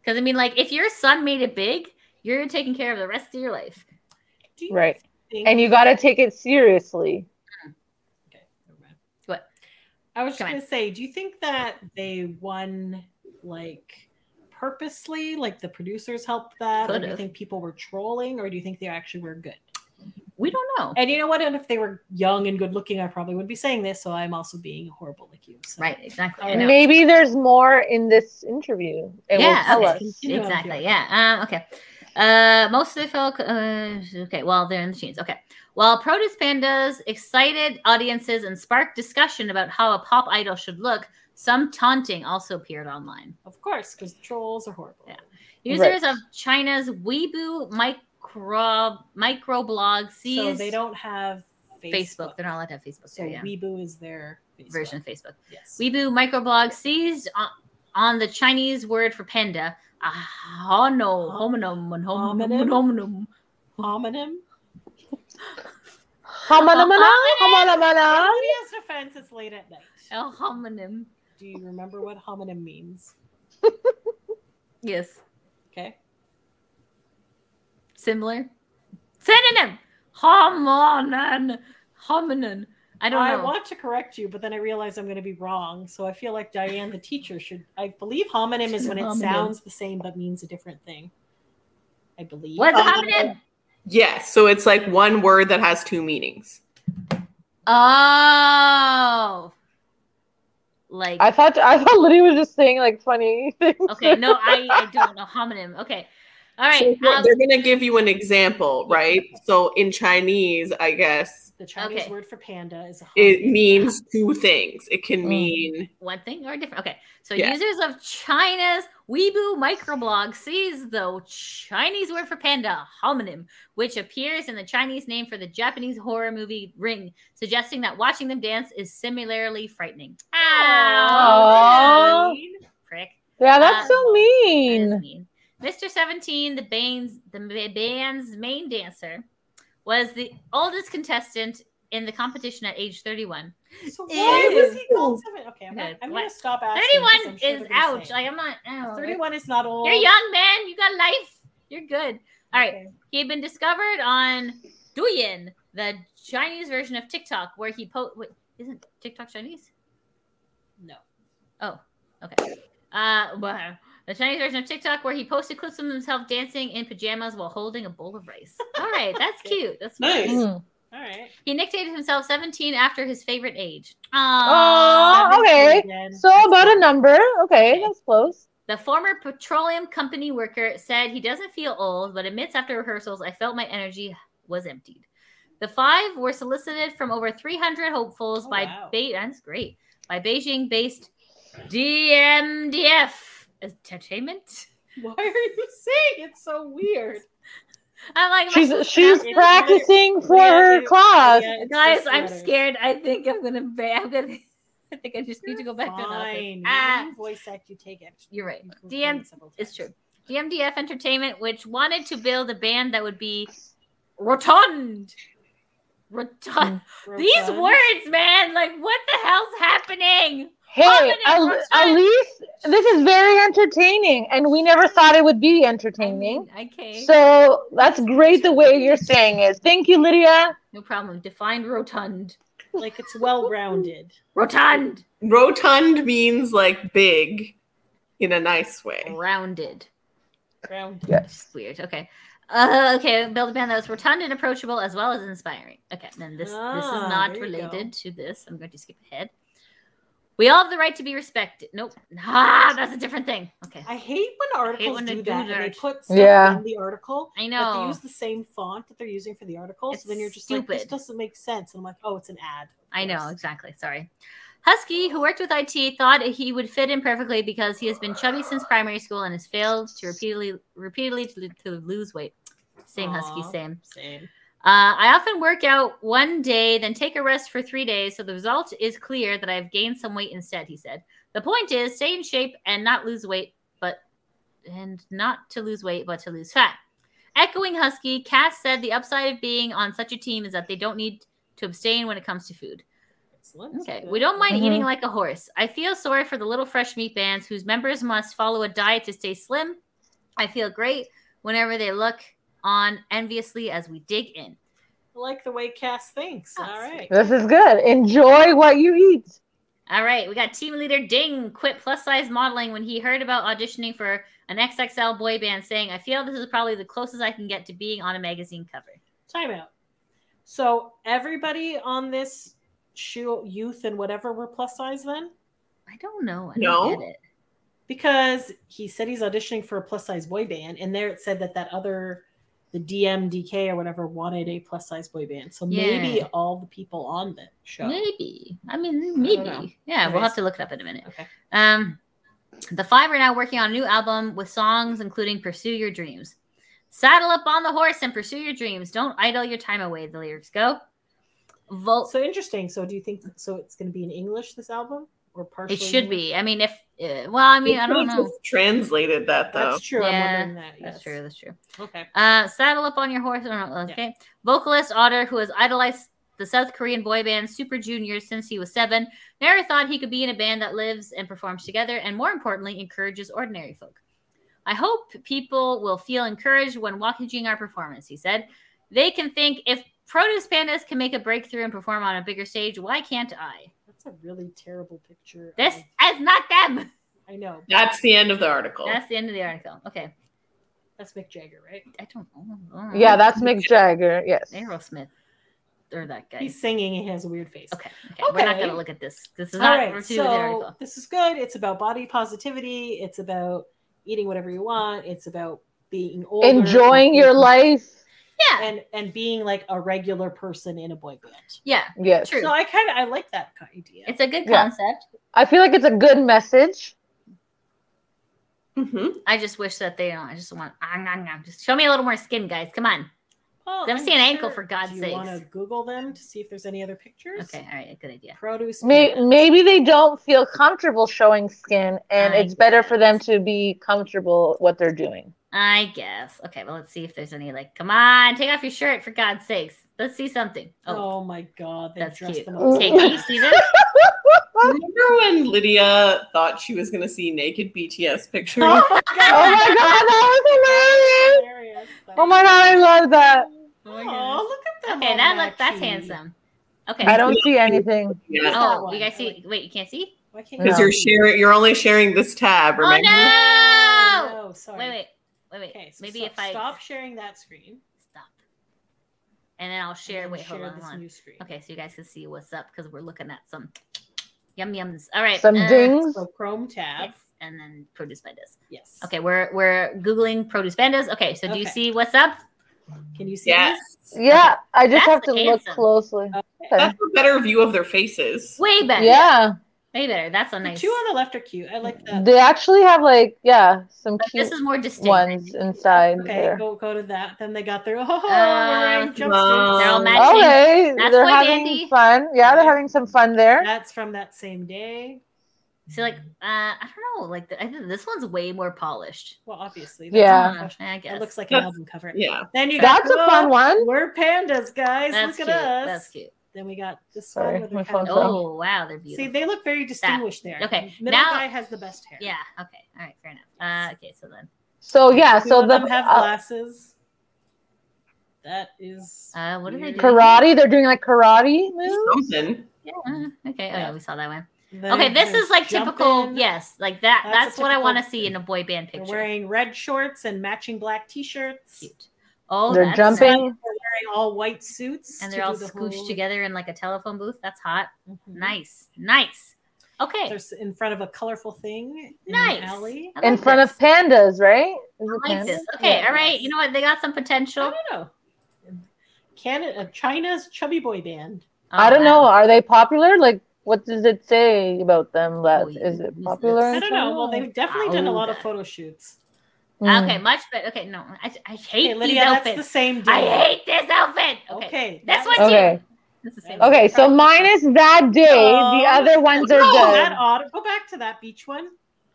D: because i mean like if your son made it big you're taking care of the rest of your life.
B: Do you
C: Right.
B: think-
C: And you got to take it seriously.
B: Okay, never mind.
D: What?
B: I was just
D: Come on.
B: gonna say, do you think that they won like purposely, like the producers helped that, or do you
D: Could've.
B: think people were trolling, or do you think they actually were good?
D: We don't know.
B: And you know what? And if they were young and good looking, I probably would be saying this. So I'm also being horrible like you. So.
D: Right, exactly. I
B: Alright.
D: know.
C: Maybe there's more in this interview. It will
D: Yeah,
C: tell
D: okay.
C: us.
B: Continue on,
D: exactly.
B: Fiona.
D: Yeah. Um, okay. Uh, most of the fellow, uh, okay, well, they're in the teens. Okay. While Produce Pandas excited audiences and sparked discussion about how a pop idol should look, some taunting also appeared online.
B: Of course, because trolls are horrible.
D: Yeah. Users of China's Weibo micro microblog
B: So
D: seized
B: they don't have Facebook.
D: Facebook. They're not allowed to have Facebook.
B: So
D: there, yeah.
B: Weibo is their Facebook.
D: version of Facebook.
B: Yes.
D: Weibo microblog seized on, uh, on the Chinese word for panda. Ah, oh no, homonym, mon- hom-
B: Homonym?
D: homonym.
B: homonym.
C: Hamanamana, hamanamana.
B: In Lydia's defense, it's late at night.
D: El homonym.
B: Do you remember what homonym means?
D: Yes,
B: Okay.
D: similar. Synonym. Homonym. Hominin. I don't know.
B: want to correct you, but then I realize I'm going to be wrong. So I feel like Diane, the teacher, should. I believe homonym is when it
D: Homonym.
B: sounds the same but means a different thing. I believe.
D: What's a
A: Um,
D: homonym?
A: Yes. So it's like one word that has two meanings.
D: Oh. Like
C: I thought I thought Lydia was just saying like funny things.
D: okay, no, I, I don't know homonym. Okay, all
A: So
D: right.
A: they're-
D: um,
A: they're going to give you an example,
B: Yeah.
A: right? So in Chinese, I guess
B: The Chinese
D: Okay.
B: word for panda is a
A: it
B: homonym.
A: means two things. It can
C: Mm.
A: mean
D: one thing or different. Okay, so
A: Yeah.
D: users of China's Weibo microblog sees the Chinese word for panda, homonym, which appears in the Chinese name for the Japanese horror movie Ring, suggesting that watching them dance is similarly frightening. Ow,
C: Aw.
D: mean prick.
C: Yeah, that's
D: Um,
C: so
D: That is
C: mean.
D: mean. Mr. 17, the band's, the ma- band's main dancer, was the oldest contestant in the competition at age 31.
B: So why was he
A: Ew.
B: called seven? Okay, I'm, not-
D: Okay,
B: I'm
D: what?
B: going to stop asking. 'cause
D: 31
B: I'm sure
D: is
B: they're gonna
D: ouch.
B: say
D: Like,
B: it.
D: I'm not. I don't know.
B: 31 is not old.
D: You're young, man. You got life. You're good. All right.
B: Okay.
D: He had been discovered on Douyin, the Chinese version of TikTok, where he po. Wait, isn't TikTok Chinese?
B: No.
D: Oh, okay. Uh, wow. The Chinese version of TikTok, where he posted clips of himself dancing in pajamas while holding a bowl of rice. All right, that's
B: Okay.
D: cute. That's
A: Nice.
D: nice.
C: Mm.
B: All right.
D: He nicknamed himself 17 after his favorite age.
C: Aw.
D: Aww.
C: Oh, okay.
B: Again.
C: So about a number. Okay, that's close.
D: The former petroleum company worker said he doesn't feel old, but admits after rehearsals, I felt my energy was emptied. The five were solicited from over 300 hopefuls
B: Oh,
D: by
B: wow.
D: Be- that's great by Beijing-based DMDF Entertainment.
B: Why are you saying it's so weird?
D: I'm like, my
C: She's she's
D: sister-
C: practicing for her class.
B: Yeah, it's
D: guys.
B: just
D: I'm
B: letters.
D: scared. I think I'm gonna. Ba- I'm gonna. I think I just need to go back to an office.
B: Fine.
D: Ah,
B: You voice act, you take action.
D: you're right.
B: You complained
D: DM
B: several
D: It's
B: times.
D: true. DMDF Entertainment, which wanted to build a band that would be rotund. Rotund.
B: Real
D: These
B: fun.
D: words, man. Like, what the hell's happening?
C: Hey,
D: Hominid
C: at,
D: works
C: at
D: on-
C: least this is very entertaining, and we never thought it would be
D: I
C: entertaining.
D: mean, okay.
C: So that's great the way you're saying it. Thank you, Lydia.
D: no problem. Define rotund.
B: Like it's well rounded.
D: Rotund.
A: rotund means like big in a nice way.
D: Rounded.
B: Rounded.
D: It's weird. Okay. Uh, okay. Build a band that was rotund and approachable as well as inspiring. Okay. Then this this is
B: Ah,
D: not
B: there you go.
D: related to this. I'm going to skip ahead. We all have the right to be respected. Nope. Ah, that's a different thing. Okay.
B: I hate when articles
D: when they
B: do,
D: do
B: that. and they
D: that.
B: put stuff
C: Yeah.
B: in the article. But they
D: I know.
B: use the same font that they're using for the article.
D: It's
B: so then you're just like, this
D: stupid.
B: doesn't make sense. And I'm like, oh, it's an ad.
D: I know, exactly. Sorry. Husky, who worked with IT, thought he would fit in perfectly because he has been chubby since primary school and has failed to repeatedly repeatedly to, to lose weight. Same husky,
B: Aw.
D: same.
B: Same.
D: Uh, I often work out one day, then take a rest for three days, so the result is clear that I've gained some weight instead. He said. The point is, stay in shape and not lose weight, but and not to lose weight, but to lose fat. Echoing Husky, Cass said the upside of being on such a team is that they don't need to abstain when it comes to food.
B: Excellent.
D: Okay, we don't mind
C: Mhm.
D: eating like a horse. I feel sorry for the little fresh meat bands whose members must follow a diet to stay slim. I feel great whenever they look on enviously as we dig in.
B: I like the way Cass thinks.
D: Oh,
B: All right.
C: This is good. Enjoy what you eat.
D: All right, we got team leader Ding quit plus size modeling when he heard about auditioning for an XXL boy band, saying, I feel this is probably the closest I can get to being on a magazine cover.
B: Time out. So everybody on this shoe youth and whatever were plus size then?
D: I don't know. I don't
A: No.
D: get it.
B: because he said he's auditioning for a plus size boy band, and there it said that that other the DMDK or whatever wanted a plus size boy band. So maybe
D: Yeah.
B: all the people on the show.
D: Maybe. I mean,
B: know.
D: maybe. Yeah, we'll
B: Anyways.
D: have to look it up in a minute.
B: Okay.
D: Um, the five are now working on a new album with songs including "Pursue Your Dreams," "Saddle Up on the Horse," and "Pursue Your Dreams." Don't idle your time away. The lyrics go. Vol-
B: So interesting. So do you think so? It's going to be in English this album or partially?
D: it should be. I mean, if uh, well, I mean, I don't know.
A: translated that though.
B: That's true.
D: Yeah,
B: I'm wondering that. Yes.
D: That's true. That's true.
B: Okay.
D: Uh, saddle up on your horse. I don't know, Okay. Vocalist Otter, who has idolized the South Korean boy band Super Junior since he was seven, never thought he could be in a band that lives and performs together, and more importantly, encourages ordinary folk. I hope people will feel encouraged when watching our performance, he said. They can think if Produce Pandas can make a breakthrough and perform on a bigger stage, why can't I?
B: That's a really terrible picture.
D: This
B: of-
D: is not them.
B: I know.
A: That's the end of the article.
D: That's the end of the article. Okay.
B: That's Mick Jagger, right?
D: I don't know. I don't know.
C: Yeah, that's Mick Jagger. Yes.
D: Aerosmith. Or that guy.
B: He's singing. He has a weird face.
D: Okay. Okay. We're not going
B: Okay.
D: to look at this. This is
B: All
D: not
B: right,
D: we're through
B: so
D: the article.
B: this is good. It's about body positivity. It's about eating whatever you want. It's about being older,
C: Enjoying your life.
D: Yeah.
B: and and being like a regular person in a boy band.
D: Yeah.
C: Yes.
D: True.
B: So I kind of I like that idea.
D: It's a good
C: Yeah.
D: concept.
C: I feel like it's a good message.
A: Mhm.
D: I just wish that they don't. I just want. ah, nah, nah. Just show me a little more skin, guys. Come on.
B: Well,
D: Let me
B: I'm
D: see an ankle, for God's
B: Do you
D: sakes.
B: want to Google them to see if there's any other pictures?
D: Okay. All right. Good idea.
B: Produce.
C: May-
B: Panda.
C: Maybe they don't feel comfortable showing skin, and
D: I
C: it's better
D: guess.
C: for them to be comfortable with what they're doing.
D: I guess. Okay. Well, let's see if there's any. Like, come on, take off your shirt for God's sakes. Let's see something. Oh,
B: Oh my God! They
D: that's
B: dressed
D: cute.
B: them up.
D: Okay, can you see this?
A: Remember when Lydia thought she was going to see naked BTS pictures?
C: Oh my god, that was hilarious!
B: Hilarious.
C: Oh my god, I love that.
D: Oh my
B: Aw,
D: goodness.
B: look at them.
D: Okay,
B: all
D: that look. That's
B: matchy.
D: handsome. Okay.
C: I don't see anything.
A: Yeah.
B: that
D: Oh,
B: one.
D: you guys
B: I
D: see?
B: like-
D: Wait, you can't see?
B: Why can't
A: Because
C: No.
A: you're sharing, you're only sharing this tab.
D: Oh
A: Remember?
D: no!
B: Oh, No, sorry.
D: Wait, wait, wait, wait.
B: Okay, so
D: Maybe
B: stop,
D: if I
B: stop sharing that screen.
D: stop, and then I'll share.
B: and
D: wait,
B: share
D: hold on,
B: this
D: hold on.
B: new screen.
D: Okay, so you guys can see what's up because we're looking at some yum yums. All right,
C: Some
D: uh,
C: dings.
B: So Chrome tab.
D: yes, and then produce pandas.
B: Yes.
D: Okay, we're we're googling produce pandas. Okay, so do you
B: Okay.
D: see what's up?
B: Can you see
A: Yes.
C: Yeah, I just
D: That's
C: have to look
D: handsome.
C: closely.
B: this? Okay.
C: Okay.
A: That's a better view of their faces.
D: Way better.
C: Yeah,
D: way better. That's so nice.
B: The two on the left are cute. I like that.
C: they actually have like yeah some
D: But
C: cute
D: this is more distinct.
C: ones inside
B: okay,
C: there.
B: go go to that. Then they got their oh, we're
D: Uh,
B: wearing
A: come
B: jumpsuits.
A: on.
D: They're all matching.
C: Okay,
D: That's
C: they're
D: quite
C: having
D: dandy.
C: fun. Yeah, they're having some fun there.
B: That's from that same day.
D: So like, uh, I don't know. Like, the, I think this one's way more polished.
B: Well, obviously. that's
C: Yeah.
B: not-
D: Uh, I guess
B: It looks like an
A: That's-
B: album cover.
A: Yeah.
B: Then you got
C: That's a fun
B: oh,
C: one.
B: We're pandas, guys.
D: That's
B: look
D: cute.
B: at us.
D: That's cute.
B: Then we got this
C: Sorry,
B: one. With
C: my
B: their kind
C: phone's
B: of-
C: off.
D: Oh wow, they're beautiful.
B: See, they look very distinguished there.
D: Okay,
B: Middle
D: now-
B: guy has the best hair.
D: Yeah. Okay. All right. Fair enough. Uh, okay. So then,
C: So yeah,
B: Two
C: so
B: of
C: the
B: them have
C: uh,
B: glasses. That is
D: uh, what are they
B: Weird.
D: doing?
C: karate. They're doing like karate moves.
A: Something.
D: Yeah. uh, Okay. Oh yeah, we saw that one.
B: Then
D: Okay. This
B: they're
D: is like typical.
B: jumping.
D: Yes. Like that.
B: That's a
D: That's, what I want to
B: typical-
D: see in a boy band
B: They're
D: picture.
B: wearing red shorts and matching black t-shirts. They're
D: Cute. Oh,
C: they're
D: that's
C: jumping.
D: nice.
B: wearing all white suits.
D: and
B: to
D: they're
B: do
D: all
B: the
D: scooshed
B: whole-
D: together in like a telephone booth. That's hot.
B: Mhm.
D: Nice. Nice. Okay.
B: They're s- in front of a colorful thing. In
D: Nice.
B: An alley.
D: I
C: in
D: like
C: front
D: this.
C: of pandas, right? Is it
D: I like this.
C: pandas?
D: Okay.
B: Yeah,
D: all right.
B: yes.
D: You know what? They got some potential.
B: I don't know. Canada, China's chubby boy band.
C: I
D: Oh,
C: don't know.
D: wow.
C: Are they popular? Like, what does it say about them? That
D: Oh,
C: is
D: yeah. Is
C: it
D: it-
C: popular?
B: I
C: in
B: don't know. Well,
C: China?
B: they've definitely done a lot of
D: Aouda.
B: photo shoots.
C: Mm.
D: Okay. Much better. Okay. No. I, I hate
B: Okay,
D: these
B: Lydia, that's the
D: outfits.
B: same day.
D: I hate this outfit. Okay.
B: Okay,
D: This
B: that-
D: one too.
C: Okay.
D: This is the same
C: Okay, so minus that day, the
B: No.
C: other ones are
B: Oh, that
C: good.
B: odd. Go back to that beach one.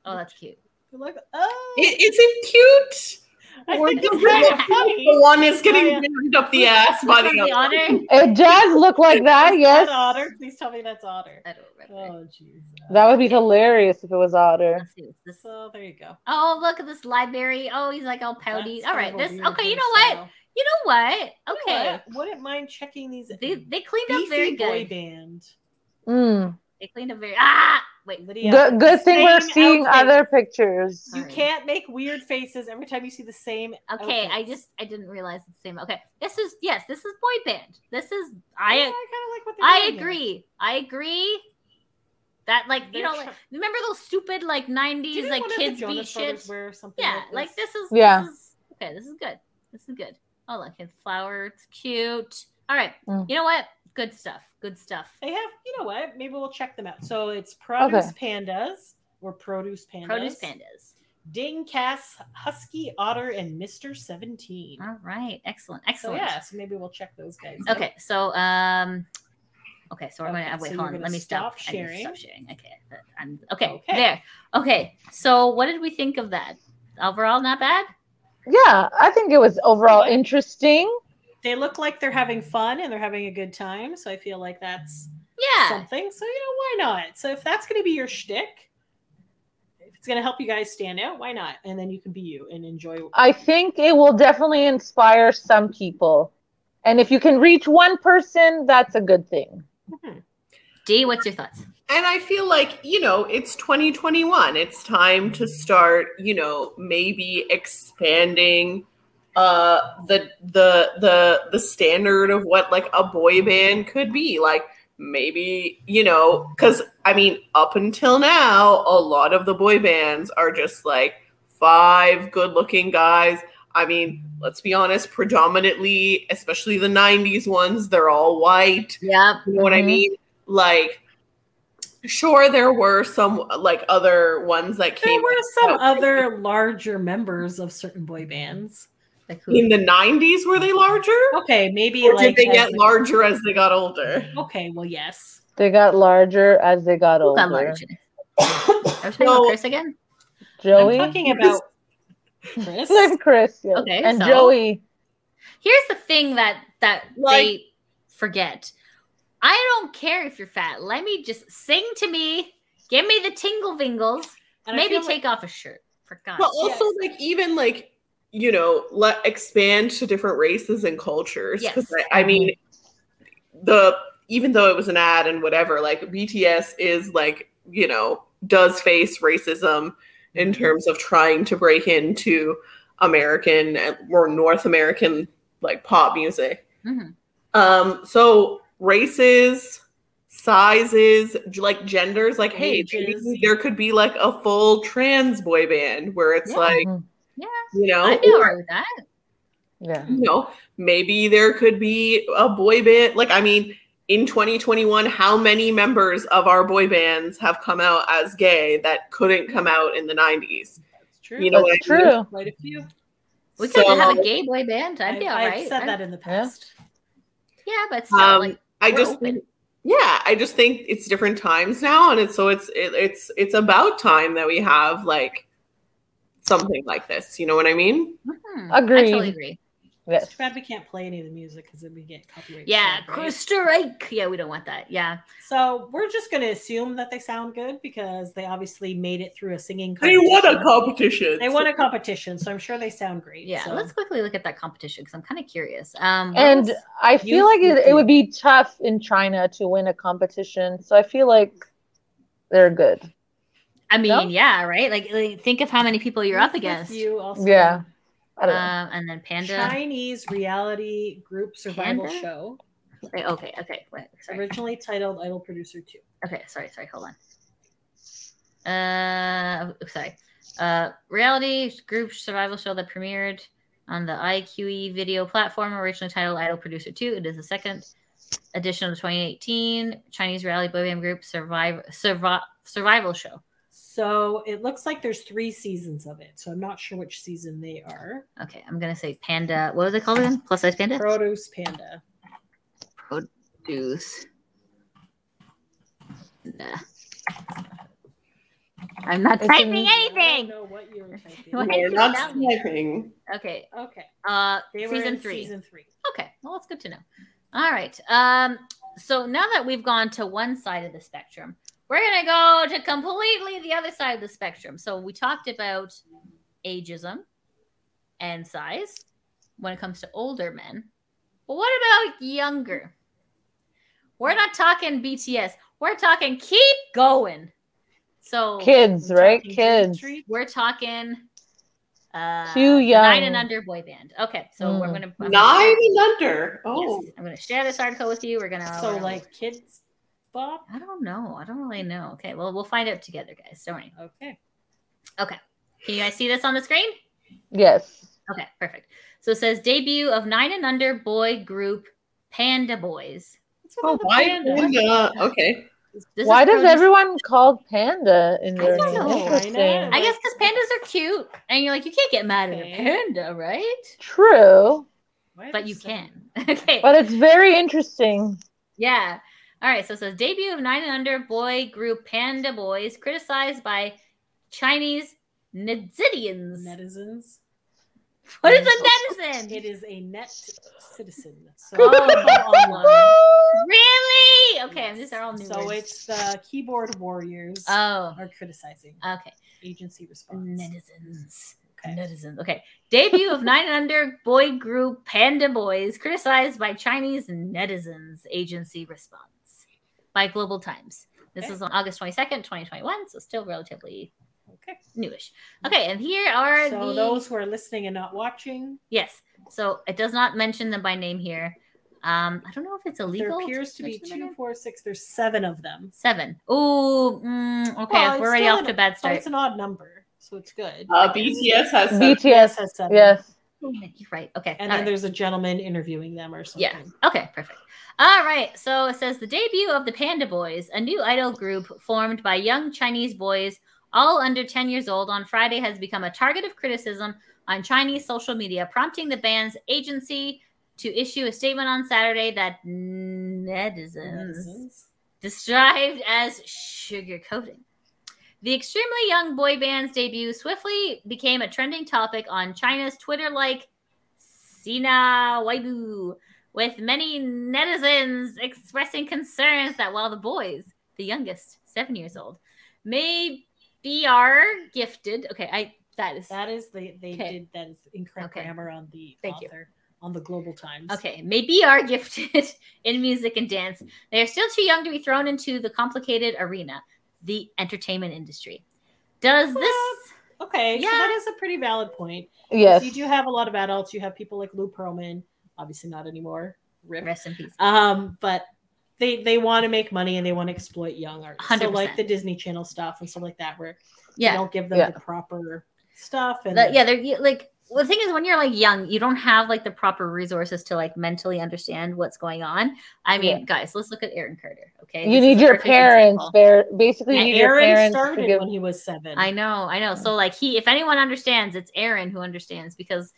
D: Oh, that's cute.
B: Look, oh,
A: It, is it cute?
B: I
A: Or
B: think
A: the
B: it's kind
A: red-
B: of funny.
A: The one is
B: Oh, yeah.
A: getting jammed up the ass by
D: From the
A: the other.
D: honor?
C: It does look like that,
B: Is
C: yes.
B: That otter. Please tell me that's otter.
D: I don't remember.
B: Oh, jeez.
C: That would be hilarious if it was otter.
D: Let's see what's this.
B: So there you go.
D: Oh, look at this library. Oh, he's like all pouty.
B: That's
D: all
B: kind
D: right,
B: of a
D: this.
B: weird
D: Okay, you know
B: hairstyle.
D: what? You know what?
B: You know
D: Okay,
B: what? Wouldn't mind checking these.
D: they they cleaned up
B: beefy
D: very
B: boy
D: good.
B: band.
C: Mm.
D: They cleaned up very. Ah, wait.
B: Lydia,
C: Good, good thing we're
B: same
C: seeing
B: outfit.
C: other pictures.
B: You
D: Sorry.
B: can't make weird faces every time you see the same.
D: Okay, I
B: outfits.
D: just I didn't realize it's the same. Okay, this is yes, this is boy band. This is
B: Yeah, I
D: I
B: kind of like what they're
D: I
B: doing there.
D: agree. I agree. That like you
B: They're
D: know
B: try-
D: like, remember those stupid like
B: Didn't
D: '90s like
B: one of the
D: kids beat
B: Jonas Brothers
D: shit.
B: Wear something
D: Yeah, like this is
C: Yeah.
D: This is, okay, this is good. This is good. Oh look, his flower. It's cute. All right.
C: Mm.
D: You know what? Good stuff. Good stuff.
B: They have, you know what? Maybe we'll check them out. So it's Produce Pandas or Produce Pandas.
D: Produce pandas.
B: Ding Cass, Husky Otter, and Mr. 17.
D: All right. Excellent.
B: So
D: Excellent.
B: yeah, so maybe we'll check those guys. out.
D: Okay. So um Okay, so we're
B: Okay,
D: gonna wait.
B: so
D: hold
B: you're
D: on.
B: gonna
D: Let me stop.
B: stop
D: I need to
B: sharing.
D: stop sharing. Okay, that- I'm, okay,
B: Okay.
D: There. Okay. So, what did we think of that? Overall, not bad.
C: Yeah, I think it was overall interesting.
B: They look like they're having fun and they're having a good time. So I feel like that's
D: Yeah.
B: something. So you know, why not? So if that's gonna be your shtick, if it's gonna help you guys stand out, why not? And then you can be you and enjoy.
C: I think it will definitely inspire some people. And if you can reach one person, that's a good thing.
D: D, what's your thoughts?
A: And I feel like, you know, it's 2021. It's time to start, you know, maybe expanding uh the the the the standard of what like a boy band could be. Like maybe, you know, cuz I mean, up until now, a lot of the boy bands are just like five good-looking guys. I mean, let's be honest, predominantly, especially the 90s ones, they're all white.
D: Yep.
A: You know what I
B: Mm-hmm.
C: Mhm.
A: mean? Like, sure, there were some like other ones that
B: There
A: came
B: were some other larger members of certain boy bands.
D: Like who?
A: in the '90s. Were they larger,
B: Okay, maybe
A: or did
B: like
A: they
B: as
A: get
B: a-
A: larger as they got older?
B: Okay, well yes.
C: They got larger as they got
D: Who
C: older.
D: got larger? Are we talking about
A: No.
D: Chris again?
C: Joey.
B: I'm talking about Chris.
C: I'm Chris. yeah.
D: Okay,
C: and
D: so-
C: Joey.
D: Here's the thing that that
A: Like-
D: they forget. I don't care if you're fat. Let me just sing to me. Give me the tingle vingles.
B: And I
D: Maybe
B: feel like-
D: take off a shirt. For God's
A: But
D: sake.
A: also, like even like you know, let expand to different races and cultures.
D: Yes.
A: 'Cause I, I mean, the even though it was an ad and whatever, like BTS is like you know does face racism in terms of trying to break into American or North American like pop music.
D: Mhm.
A: Um, so races, sizes, j- like genders, like hey, maybe
B: Ages.
A: there could be like a full trans boy band where it's
D: Yeah.
A: like
D: Yeah.
A: you know,
D: I'd be
A: or-
D: alright with that.
C: Mm-hmm. Yeah.
A: you know, maybe there could be a boy band. Like, I mean, in 2021, how many members of our boy bands have come out as gay that couldn't come out in the 90s?
B: That's true.
A: you know
C: That's
A: what I mean?
C: true.
B: quite a few.
D: We could
A: So-
D: have a gay boy band. I'd be
B: I-
D: alright.
B: I've said
D: I'd-
B: that in the past.
D: Yeah, but still,
A: Um,
D: like
A: I
D: we're
A: just,
D: open.
A: yeah, I just think it's different times now, and it's so it's it, it's it's about time that we have like something like this. You know what I mean?
D: hmm, I
C: Agreed.
D: totally agree.
B: It's
C: Yes.
B: too bad we can't play any of the music because then we get copyright.
D: Yeah,
B: strike, right?
D: Costa Rica. Yeah, we don't want that. Yeah,
B: So we're just going to assume that they sound good because they obviously made it through a singing
A: They
B: competition.
A: won a competition.
B: They won a competition, so I'm sure they sound great.
D: yeah.
B: so.
D: Let's quickly look at that competition because I'm kind of curious. Um, what
C: And
D: else?
C: I feel
B: You
C: like it,
B: do.
C: it would be tough in China to win a competition. So I feel like they're good.
D: I mean,
C: no?
D: yeah, right. Like, like, think of how many people you're up
B: With
D: against.
B: You also
C: Yeah. I don't know.
D: Um, and then Panda.
B: Chinese reality group survival
D: Panda?
B: show,
D: Wait, okay, okay, wait, sorry.
B: originally titled Idol Producer 2.
D: Okay, sorry, sorry. Hold on. Uh, sorry. Uh, reality group survival show that premiered on the IQE video platform, originally titled Idol Producer 2. It is the second edition of the 2018 Chinese reality boy band group survive, survi- survival show.
B: So it looks like there's three seasons of it. So I'm not sure which season they are.
D: Okay, I'm gonna say Panda. What was it called again? Plus size Panda.
B: Produce Panda.
D: Produce. Nah. I'm not
C: It's
D: typing
C: in-
B: I don't
D: anything.
B: know what you were typing.
D: What?
A: We're
D: Why
A: not
D: don't we?
A: sniping.
D: Okay.
B: Okay.
D: Uh,
B: They were
D: season
B: in
D: three.
B: Season three.
D: Okay. Well, that's good to know. All right. Um, so now that we've gone to one side of the spectrum, we're going to go to completely the other side of the spectrum. So we talked about ageism and size when it comes to older men. But what about younger? We're not talking BTS. We're talking keep going. So
C: Kids,
B: We're
C: right?
B: talking
C: Kids.
B: Gentry.
D: we're talking uh,
C: Too
D: nine and
C: young.
D: under boy band. Okay. So we're
C: Mm.
D: going to
A: Nine and under. Oh,
D: Yes. I'm gonna share this article with you. We're gonna
B: So
D: we're gonna-
B: like kids bop.
D: I don't know. I don't really know. Okay, well we'll find out together, guys. Don't worry.
B: Okay.
D: Can you guys see this on the screen?
C: Yes.
D: Okay, perfect. So it says debut of nine and under boy group Panda Boys.
B: What's with
A: oh
B: all the
A: why?
B: panda?
A: Panda? Okay.
D: This
C: Why
D: is
C: does
D: produced-
C: everyone call panda in
D: I
C: their
D: don't
C: name?
D: know.
C: Interesting.
D: I guess because pandas are cute, and you're like you can't get mad at a
B: Okay.
D: panda, right?
C: True,
B: Why
D: But
B: does
D: you
B: it-
D: can. okay.
C: but it's very interesting.
D: Yeah. All right, so it says debut of nine and under boy group Panda Boys criticized by Chinese Nezidians.
B: Netizens.
D: What is a netizen?
B: It is a net citizen. So
D: Oh, really? Okay, these are all new.
B: So
D: words.
B: it's the keyboard warriors
D: oh,
B: are criticizing
D: okay.
B: agency response.
D: Netizens.
B: Okay.
D: Netizens. Okay. Debut of nine and under boy group Panda Boys criticized by Chinese netizens. Agency response by Global Times. This
B: Okay.
D: is on August 22nd, 2021, so still relatively
B: Okay.
D: newish. Okay, and here are
B: Mm. So
D: the
B: those who are listening and not watching,
D: Yes. So it does not mention them by name here. Um, I don't know if it's illegal.
B: there appears to be
D: mention them by
B: two,
D: name.
B: four, six. There's seven of them.
D: Seven. Oh, mm, okay.
B: Well, it's
D: We're already
B: still
D: off
B: an-
D: to a bad
B: So
D: start.
B: it's an odd number. So it's good.
A: Uh, BTS has said
C: BTS.
B: has seven.
C: Yes.
D: You're right. Okay.
B: And
D: all
B: then
D: right.
B: there's a gentleman interviewing them or something.
D: Yeah. Okay, perfect. All right. So it says the debut of the Panda Boys, a new idol group formed by young Chinese boys all under 10 years old on Friday has become a target of criticism on Chinese social media, prompting the band's agency to issue a statement on Saturday that netizens
B: Netizens.
D: described as sugarcoating. The extremely young boy band's debut swiftly became a trending topic on China's Twitter like Sina Weibo, with many netizens expressing concerns that while the boys, the youngest, seven years old, may be are gifted. Okay, I that is
B: That is the they
D: Okay.
B: did that is incorrect
D: Okay.
B: grammar on the
D: Thank you.
B: author on the Global Times.
D: Okay, maybe are gifted in music and dance. They are still too young to be thrown into the complicated arena, the entertainment industry. Does this?
B: Okay. So
D: Yeah.
B: that is a pretty valid point.
C: Yes.
B: You do have a lot of adults. You have people like Lou Pearlman, obviously not anymore. Rip.
D: Rest in peace.
B: Um, but they they want to make money and they want to exploit young artists. So
D: 100%.
B: like the Disney Channel stuff and stuff like that, where they
D: Yeah,
B: don't give them
C: Yeah.
B: the proper stuff and
D: The- yeah. They're you- like well, the thing is when you're like young, you don't have like the proper resources to like mentally understand what's going on. I mean, guys, let's look at Aaron Carter. Okay,
C: You
D: This is
C: need
D: a
C: your
D: perfect
C: parents.
D: example.
C: Bear, basically, you
B: And
C: need your
B: Aaron
C: parents to
B: started
C: give.
B: when he was seven.
D: I know, I know. So like he, if anyone understands, it's Aaron who understands because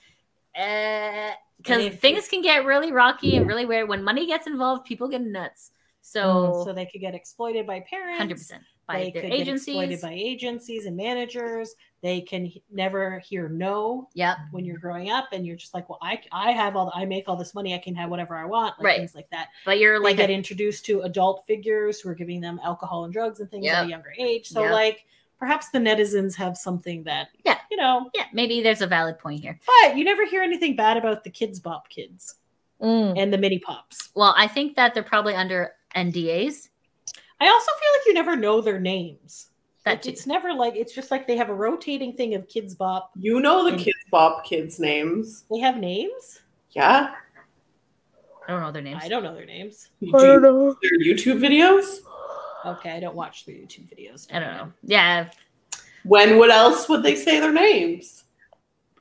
D: because
B: if-
D: things can get really rocky and really weird when money gets involved. People get nuts.
B: Mm, so
D: So
B: they could get exploited by parents.
D: hundred percent by
B: they
D: their
B: could get
D: agencies.
B: exploited by agencies and managers. They can he- never hear no
D: yep,
B: when you're growing up, and you're just like, well, I I have all the, I make all this money, I can have whatever I want, like,
D: Right.
B: Things like that.
D: but you're
B: Like
D: like
B: they get
D: a,
B: introduced to adult figures who are giving them alcohol and drugs and things at
D: Yep.
B: a younger age. So
D: Yep.
B: like perhaps the netizens have something that
D: Yeah.
B: you know,
D: yeah. Maybe there's a valid point here.
B: but you never hear anything bad about the kids bop kids
D: Mm-hmm.
C: Mm.
B: and the mini pops.
D: Well, I think that they're probably under NDAs.
B: I also feel like you never know their names.
D: That
B: Like,
D: too.
B: it's never like it's just like they have a rotating thing of kids bop.
A: you know
D: Mm.
A: the Kids Bop kids' names.
B: They have names.
A: Yeah,
D: I don't know their names.
B: I don't know their names.
A: you
C: I
A: do
C: don't know.
A: their YouTube videos.
B: Okay, I don't watch their YouTube videos.
D: I don't know. Yeah,
A: When would else would they say their names?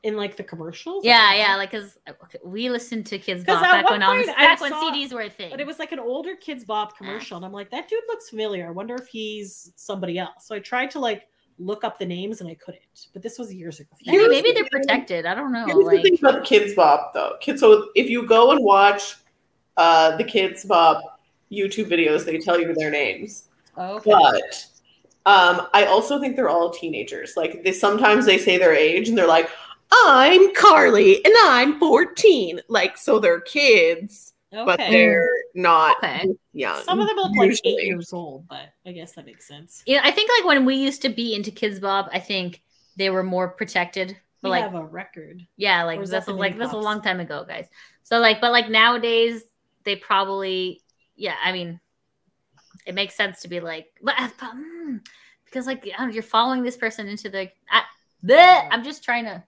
B: In like the commercials.
D: yeah, yeah. Like, cause okay, we listened to Kids
B: 'Cause
D: Bop
B: at
D: back
B: one
D: when on,
B: point I
D: back when
B: saw-
D: CDs were a thing.
B: But it was like an older Kids Bop commercial, and I'm like, that dude looks familiar. I wonder if he's somebody else. So I tried to like look up the names, and I couldn't. But this was years ago.
D: I mean,
A: Here's
D: maybe
A: the
D: they're
A: thing.
D: protected. I don't know.
A: Here's the
D: Oh, Like,
A: thing about Kids Bop though. Kids, so if you go and watch uh, the Kids Bop YouTube videos, they tell you their names.
B: Okay.
A: But um, I also think they're all teenagers. Like they sometimes they say their age and they're like, "I'm Carly and I'm 14." Like so they're kids, but they're not
D: Okay.
A: young.
B: Some of them look like
A: usually.
B: eight years old, but I guess that makes sense.
D: yeah, I think like when we used to be into Kids Bop, I think they were more protected. But
B: We
D: like,
B: have a record.
D: yeah,
B: or
D: like
B: is that
D: this
B: the
D: is like
B: mini
D: this is a
B: pops?
D: long time ago, guys. So like, but like nowadays, they probably yeah. I mean, it makes sense to be like, but, but, mm, because like I don't know, you're following this person into the. I, bleh, I'm just trying to.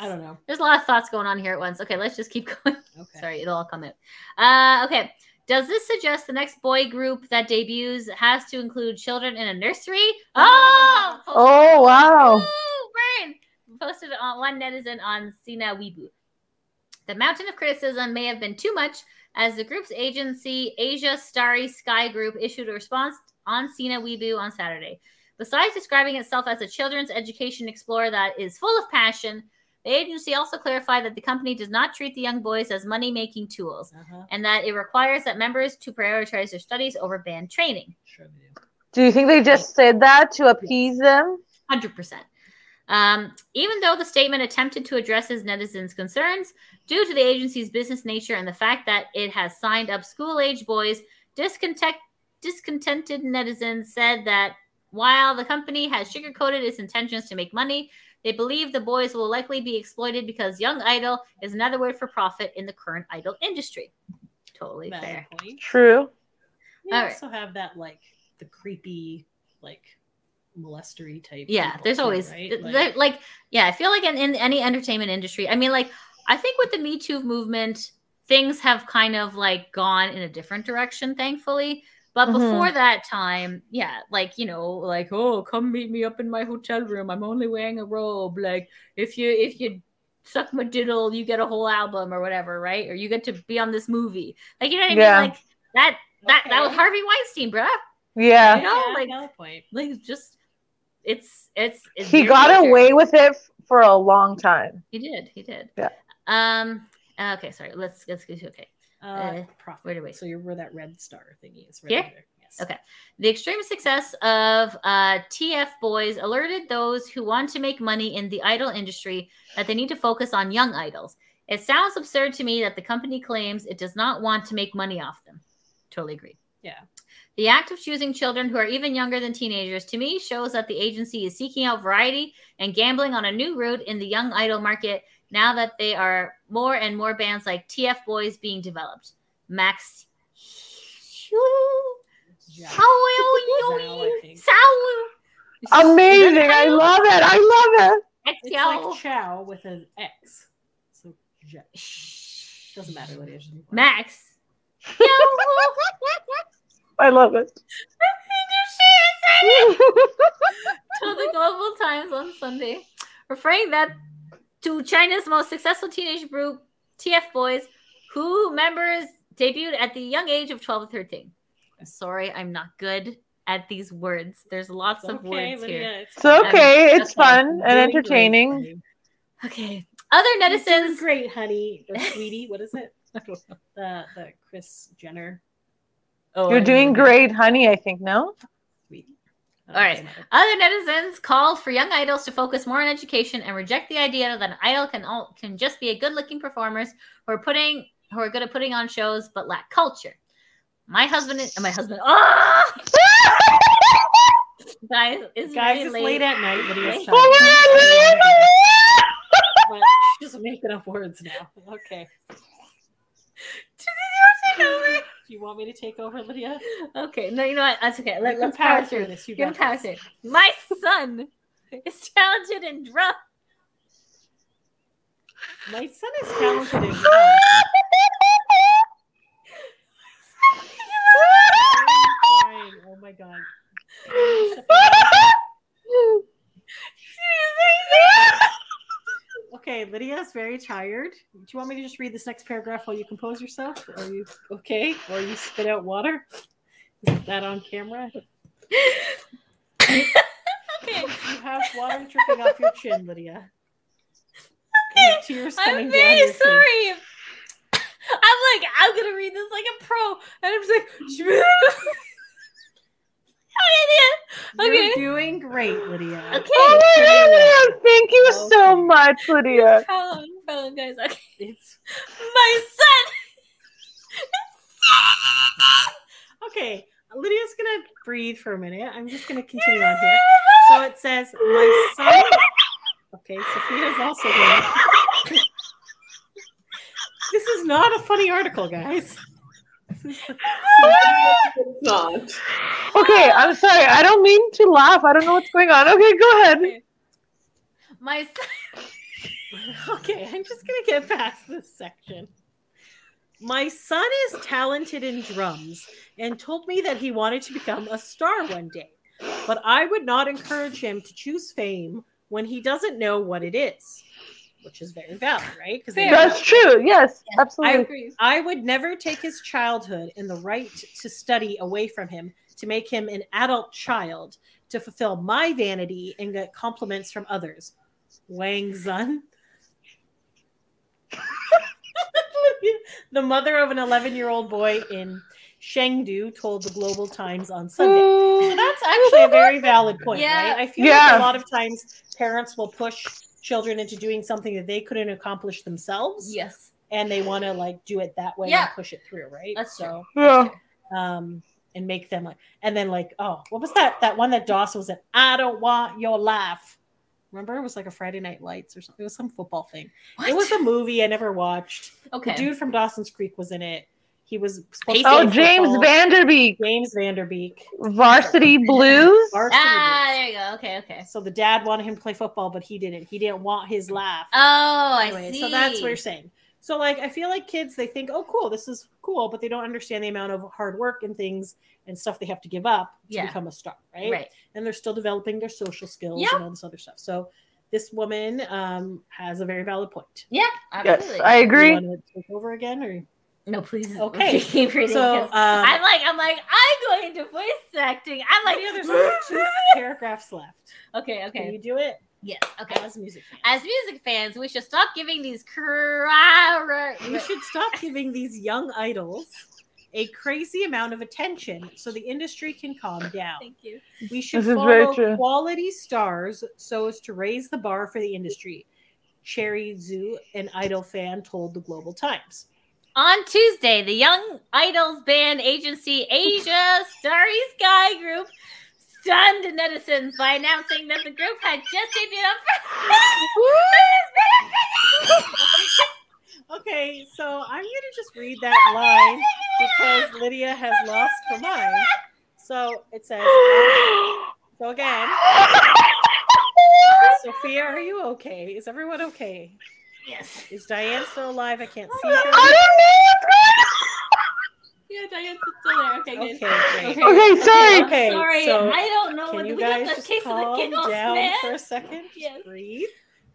B: I don't know.
D: There's a lot of thoughts going on here at once. Okay, let's just keep going.
B: Okay.
D: Sorry, it'll all come out. Uh, okay. Does this suggest the next boy group that debuts has to include children in a nursery? Oh!
C: Oh wow.
D: Ooh, burn! Posted on one netizen on Sina Weibo. The mountain of criticism may have been too much, as the group's agency, Asia Starry Sky Group, issued a response on Sina Weibo on Saturday. Besides describing itself as a children's education explorer that is full of passion, The agency also clarified that the company does not treat the young boys as money making tools
B: Uh-huh.
D: and that it requires that members to prioritize their studies over band training.
B: Sure they do.
C: Do you think they just said that to appease them?
D: 100%. Um, even though the statement attempted to address his netizens' concerns, due to the agency's business nature and the fact that it has signed up school age boys, discontent- discontented netizens said that while the company has sugarcoated its intentions to make money, they believe the boys will likely be exploited because young idol is another word for profit in the current idol industry. Totally
B: Valid
D: fair.
B: point.
C: True.
B: We
D: All right.
B: also have that like the creepy like molestery type.
D: yeah
B: people
D: there's
B: too,
D: always
B: right?
D: th-
B: Like,
D: there- like, yeah i feel like in, in any entertainment industry i mean like i think with the me too movement things have kind of like gone in a different direction thankfully but
B: Mm-hmm.
C: Mhm.
D: before that time yeah like you know like oh come meet me up in my hotel room i'm only wearing a robe like if you if you suck my diddle you get a whole album or whatever right or you get to be on this movie like you know what
C: Yeah.
D: i mean like that that that was
B: Okay.
D: harvey weinstein bruh
C: Yeah.
D: you know,
B: yeah,
D: like-
B: valid point.
D: like it's just it's it's, it's
C: He
D: very
C: got
D: weird.
C: away with it f- for a long time.
D: He did. He did.
C: Yeah.
D: Um. uh, Okay. Sorry. Let's let's go. to- Okay.
B: Uh,
D: Uh,
B: profit.
D: where do we-
B: So you're where that red star thingy is. Right
D: Here?
B: under there. Yes.
D: Okay. The extreme success of uh, TF Boys alerted those who want to make money in the idol industry that they need to focus on young idols. It sounds absurd to me that the company claims it does not want to make money off them. Totally agree.
B: Yeah.
D: The act of choosing children who are even younger than teenagers to me shows that the agency is seeking out variety and gambling on a new route in the young idol market now that they are more and more bands like TF Boys being developed. Max
B: Yeah.
D: Howl,
B: Zowl,
D: yoink,
B: I think.
D: zowl.
C: Amazing. I love it. I love it.
B: It's
D: Exhale.
B: like chow with an X. So ja- doesn't matter what it is.
D: Max.
C: I love it.
D: told the Global Times on Sunday, referring that to China's most successful teenage group, TF Boys, who members debuted at the young age of 12 to 13. I'm sorry, I'm not good at these words. There's lots of words here.
B: it's
C: It's okay. It's
D: Okay.
C: fun and
B: Doing great,
C: entertaining.
B: honey.
D: Okay. Other
B: You're doing
D: netizens.
B: great, honey. Or sweetie, what is it? The the Chris Jenner
D: Oh,
C: You're
D: I
C: doing
D: remember.
C: great, honey, I think, no?
B: sweetie.
D: All right. Other netizens called for young idols to focus more on education and reject the idea that an idol can all, can just be a good-looking performers who are putting who are good at putting on shows but lack culture. My husband is my husband. Oh, guys, it's
B: Guys,
D: really
B: it's late at night. What are you
D: Okay.
C: Oh
B: But she's just making up words now. Okay. Do you want me to take over, Lydia?
D: Okay, no, you know what? That's okay. Let,
B: You can
D: let's power through.
B: this.
D: You can
B: got
D: power
B: this.
D: through. My son is talented in drums.
B: My son is talented in Ah! drawing. Oh my god. Okay, Lydia's very tired. Do you want me to just read this next paragraph while you compose yourself? Are you okay? Or you spit out water? Is that on camera?
D: Okay.
B: You have water dripping off your chin, Lydia.
D: Okay,
B: And tears coming down
D: I'm very
B: your face.
D: sorry. I'm like, I'm gonna read this like a pro, and I'm just like, I'm an idiot.
B: You're doing great, Lydia.
D: Okay.
C: Oh my goodness. Thank you so
B: Okay.
C: much,
D: Okay.
C: Lydia.
D: Problem, problem, guys. Okay.
B: It's
D: My son.
B: okay. Lydia's gonna breathe for a minute. I'm just gonna continue on here. So it says, my son. Okay, Sophia's also here. this is not a funny article, guys.
A: Ah! It's not.
C: Okay, I'm sorry. I don't mean to laugh. I don't know what's going on. Okay, go ahead.
D: My son.
B: Okay, I'm just gonna get past this section. My son is talented in drums and told me that he wanted to become a star one day, but I would not encourage him to choose fame when he doesn't know what it is, which is very valid, right? Because
D: Fair.
C: That's true. Yes,
D: I
C: absolutely.
D: agree.
B: I would never take his childhood and the right to study away from him to make him an adult child to fulfill my vanity and get compliments from others. Wang Zun. the mother of an 11 year old boy in Chengdu told the Global Times on Sunday. So
C: Mm,
B: that's actually a very valid point,
D: Yeah.
B: right? I feel like
C: Yeah.
B: a lot of times parents will push children into doing something that they couldn't accomplish themselves,
D: Yes.
B: and they want to like do it that way
D: Yeah.
B: and push it through, right?
D: That's
B: so.
C: Yeah.
B: um, and make them like, and then like, oh, what was that? That one that Dawson was in? I don't want your life. Remember, it was like a Friday Night Lights or something. It was some football thing. It was a movie I never watched.
D: okay.
B: The dude from Dawson's Creek was in it. He was supposed
D: Pacey?
C: Oh,
B: play
C: James
B: football.
C: Vanderbeek,
B: James Vanderbeek.
C: Varsity Blues.
B: Varsity
D: ah,
B: Blues.
D: there you go. Okay, okay.
B: So the dad wanted him to play football, but he didn't. He didn't want his laugh.
D: Oh, I
B: Anyway,
D: see.
B: so that's what you're saying. So like I feel like kids they think, oh cool, this is cool, but they don't understand the amount of hard work and things and stuff they have to give up to
D: Yeah.
B: become a star, right?
D: Right.
B: And they're still developing their social skills
D: Yeah.
B: and all this other stuff. So this woman um, has a very valid point.
D: Yeah.
C: Yes,
D: Absolutely.
C: I agree.
B: You want to take over again, or
D: no, please.
B: Okay.
D: Keep reading.
B: so?
D: 'cause
B: Um,
D: I'm like, I'm like, I'm going to voice acting. I'm like,
B: yeah, there's only two paragraphs left.
D: okay,
B: Can
D: okay.
B: you do it
D: Yes. Okay.
B: as music? fans?
D: As music fans, we should stop giving these crap.
B: We should stop giving these young idols a crazy amount of attention so the industry can calm down.
D: Thank you.
B: We should
C: This is very
B: follow
C: true.
B: quality stars so as to raise the bar for the industry. Cherry Zhu, an idol fan, told the Global Times.
D: On Tuesday, the Young Idols band agency Asia Starry Sky Group stunned netizens by announcing that the group had just debuted on
B: Okay, so I'm going to just read that line because Lydia has lost her mind. So it says, so again, Sophia, are you okay? Is everyone okay?
D: Yes.
B: Is Diane still alive? I can't see her.
C: I
D: Yeah, Diane's still there. Okay,
B: Okay, great. Okay,
C: don't know what's going on. Okay, sorry.
D: I'm sorry.
B: so
D: I don't know
B: Can
D: what
B: you
D: we got
B: guys
D: the
B: just
D: case of the
B: calm
D: giggles,
B: down
D: man.
B: for a second? Just
D: Yes.
B: breathe.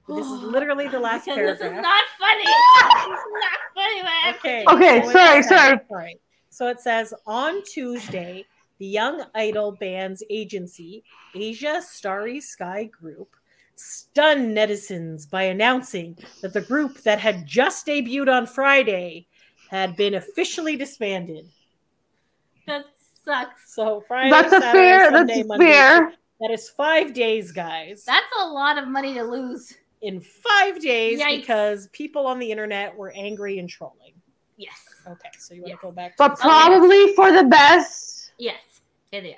B: This is literally the last paragraph.
D: because This is not funny. this is not funny. but I have to
B: Okay.
D: do
C: Okay,
D: it.
B: it
C: sorry,
B: says-
C: sorry.
B: All right. So it says on Tuesday, the Young Idol Band's agency, Asia Starry Sky Group, stunned netizens by announcing that the group that had just debuted on Friday had been officially disbanded.
D: That sucks.
B: So Friday,
C: That's a
B: Saturday,
C: fair.
B: Sunday,
C: That's
B: Monday,
C: fair.
B: That is five days, guys.
D: That's a lot of money to lose.
B: in five days
D: Yikes.
B: because people on the internet were angry and trolling.
D: Yes.
B: Okay, so you want to
D: Yes.
B: go back to
C: But
B: the-
C: probably for the best.
D: Yes, here they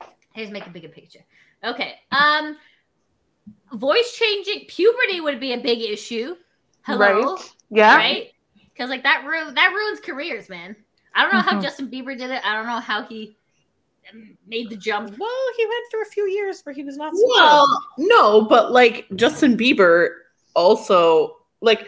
D: are. Here's make a bigger picture. Okay. Um, voice changing puberty would be a big issue. Hello,
C: Right. Yeah.
D: right? Because like that ru- that ruins careers, man. I don't know how
C: Mhm.
D: Justin Bieber did it. I don't know how he um, made the jump.
B: Well, he went through a few years where he was not. so
A: Well, no, but like Justin Bieber also like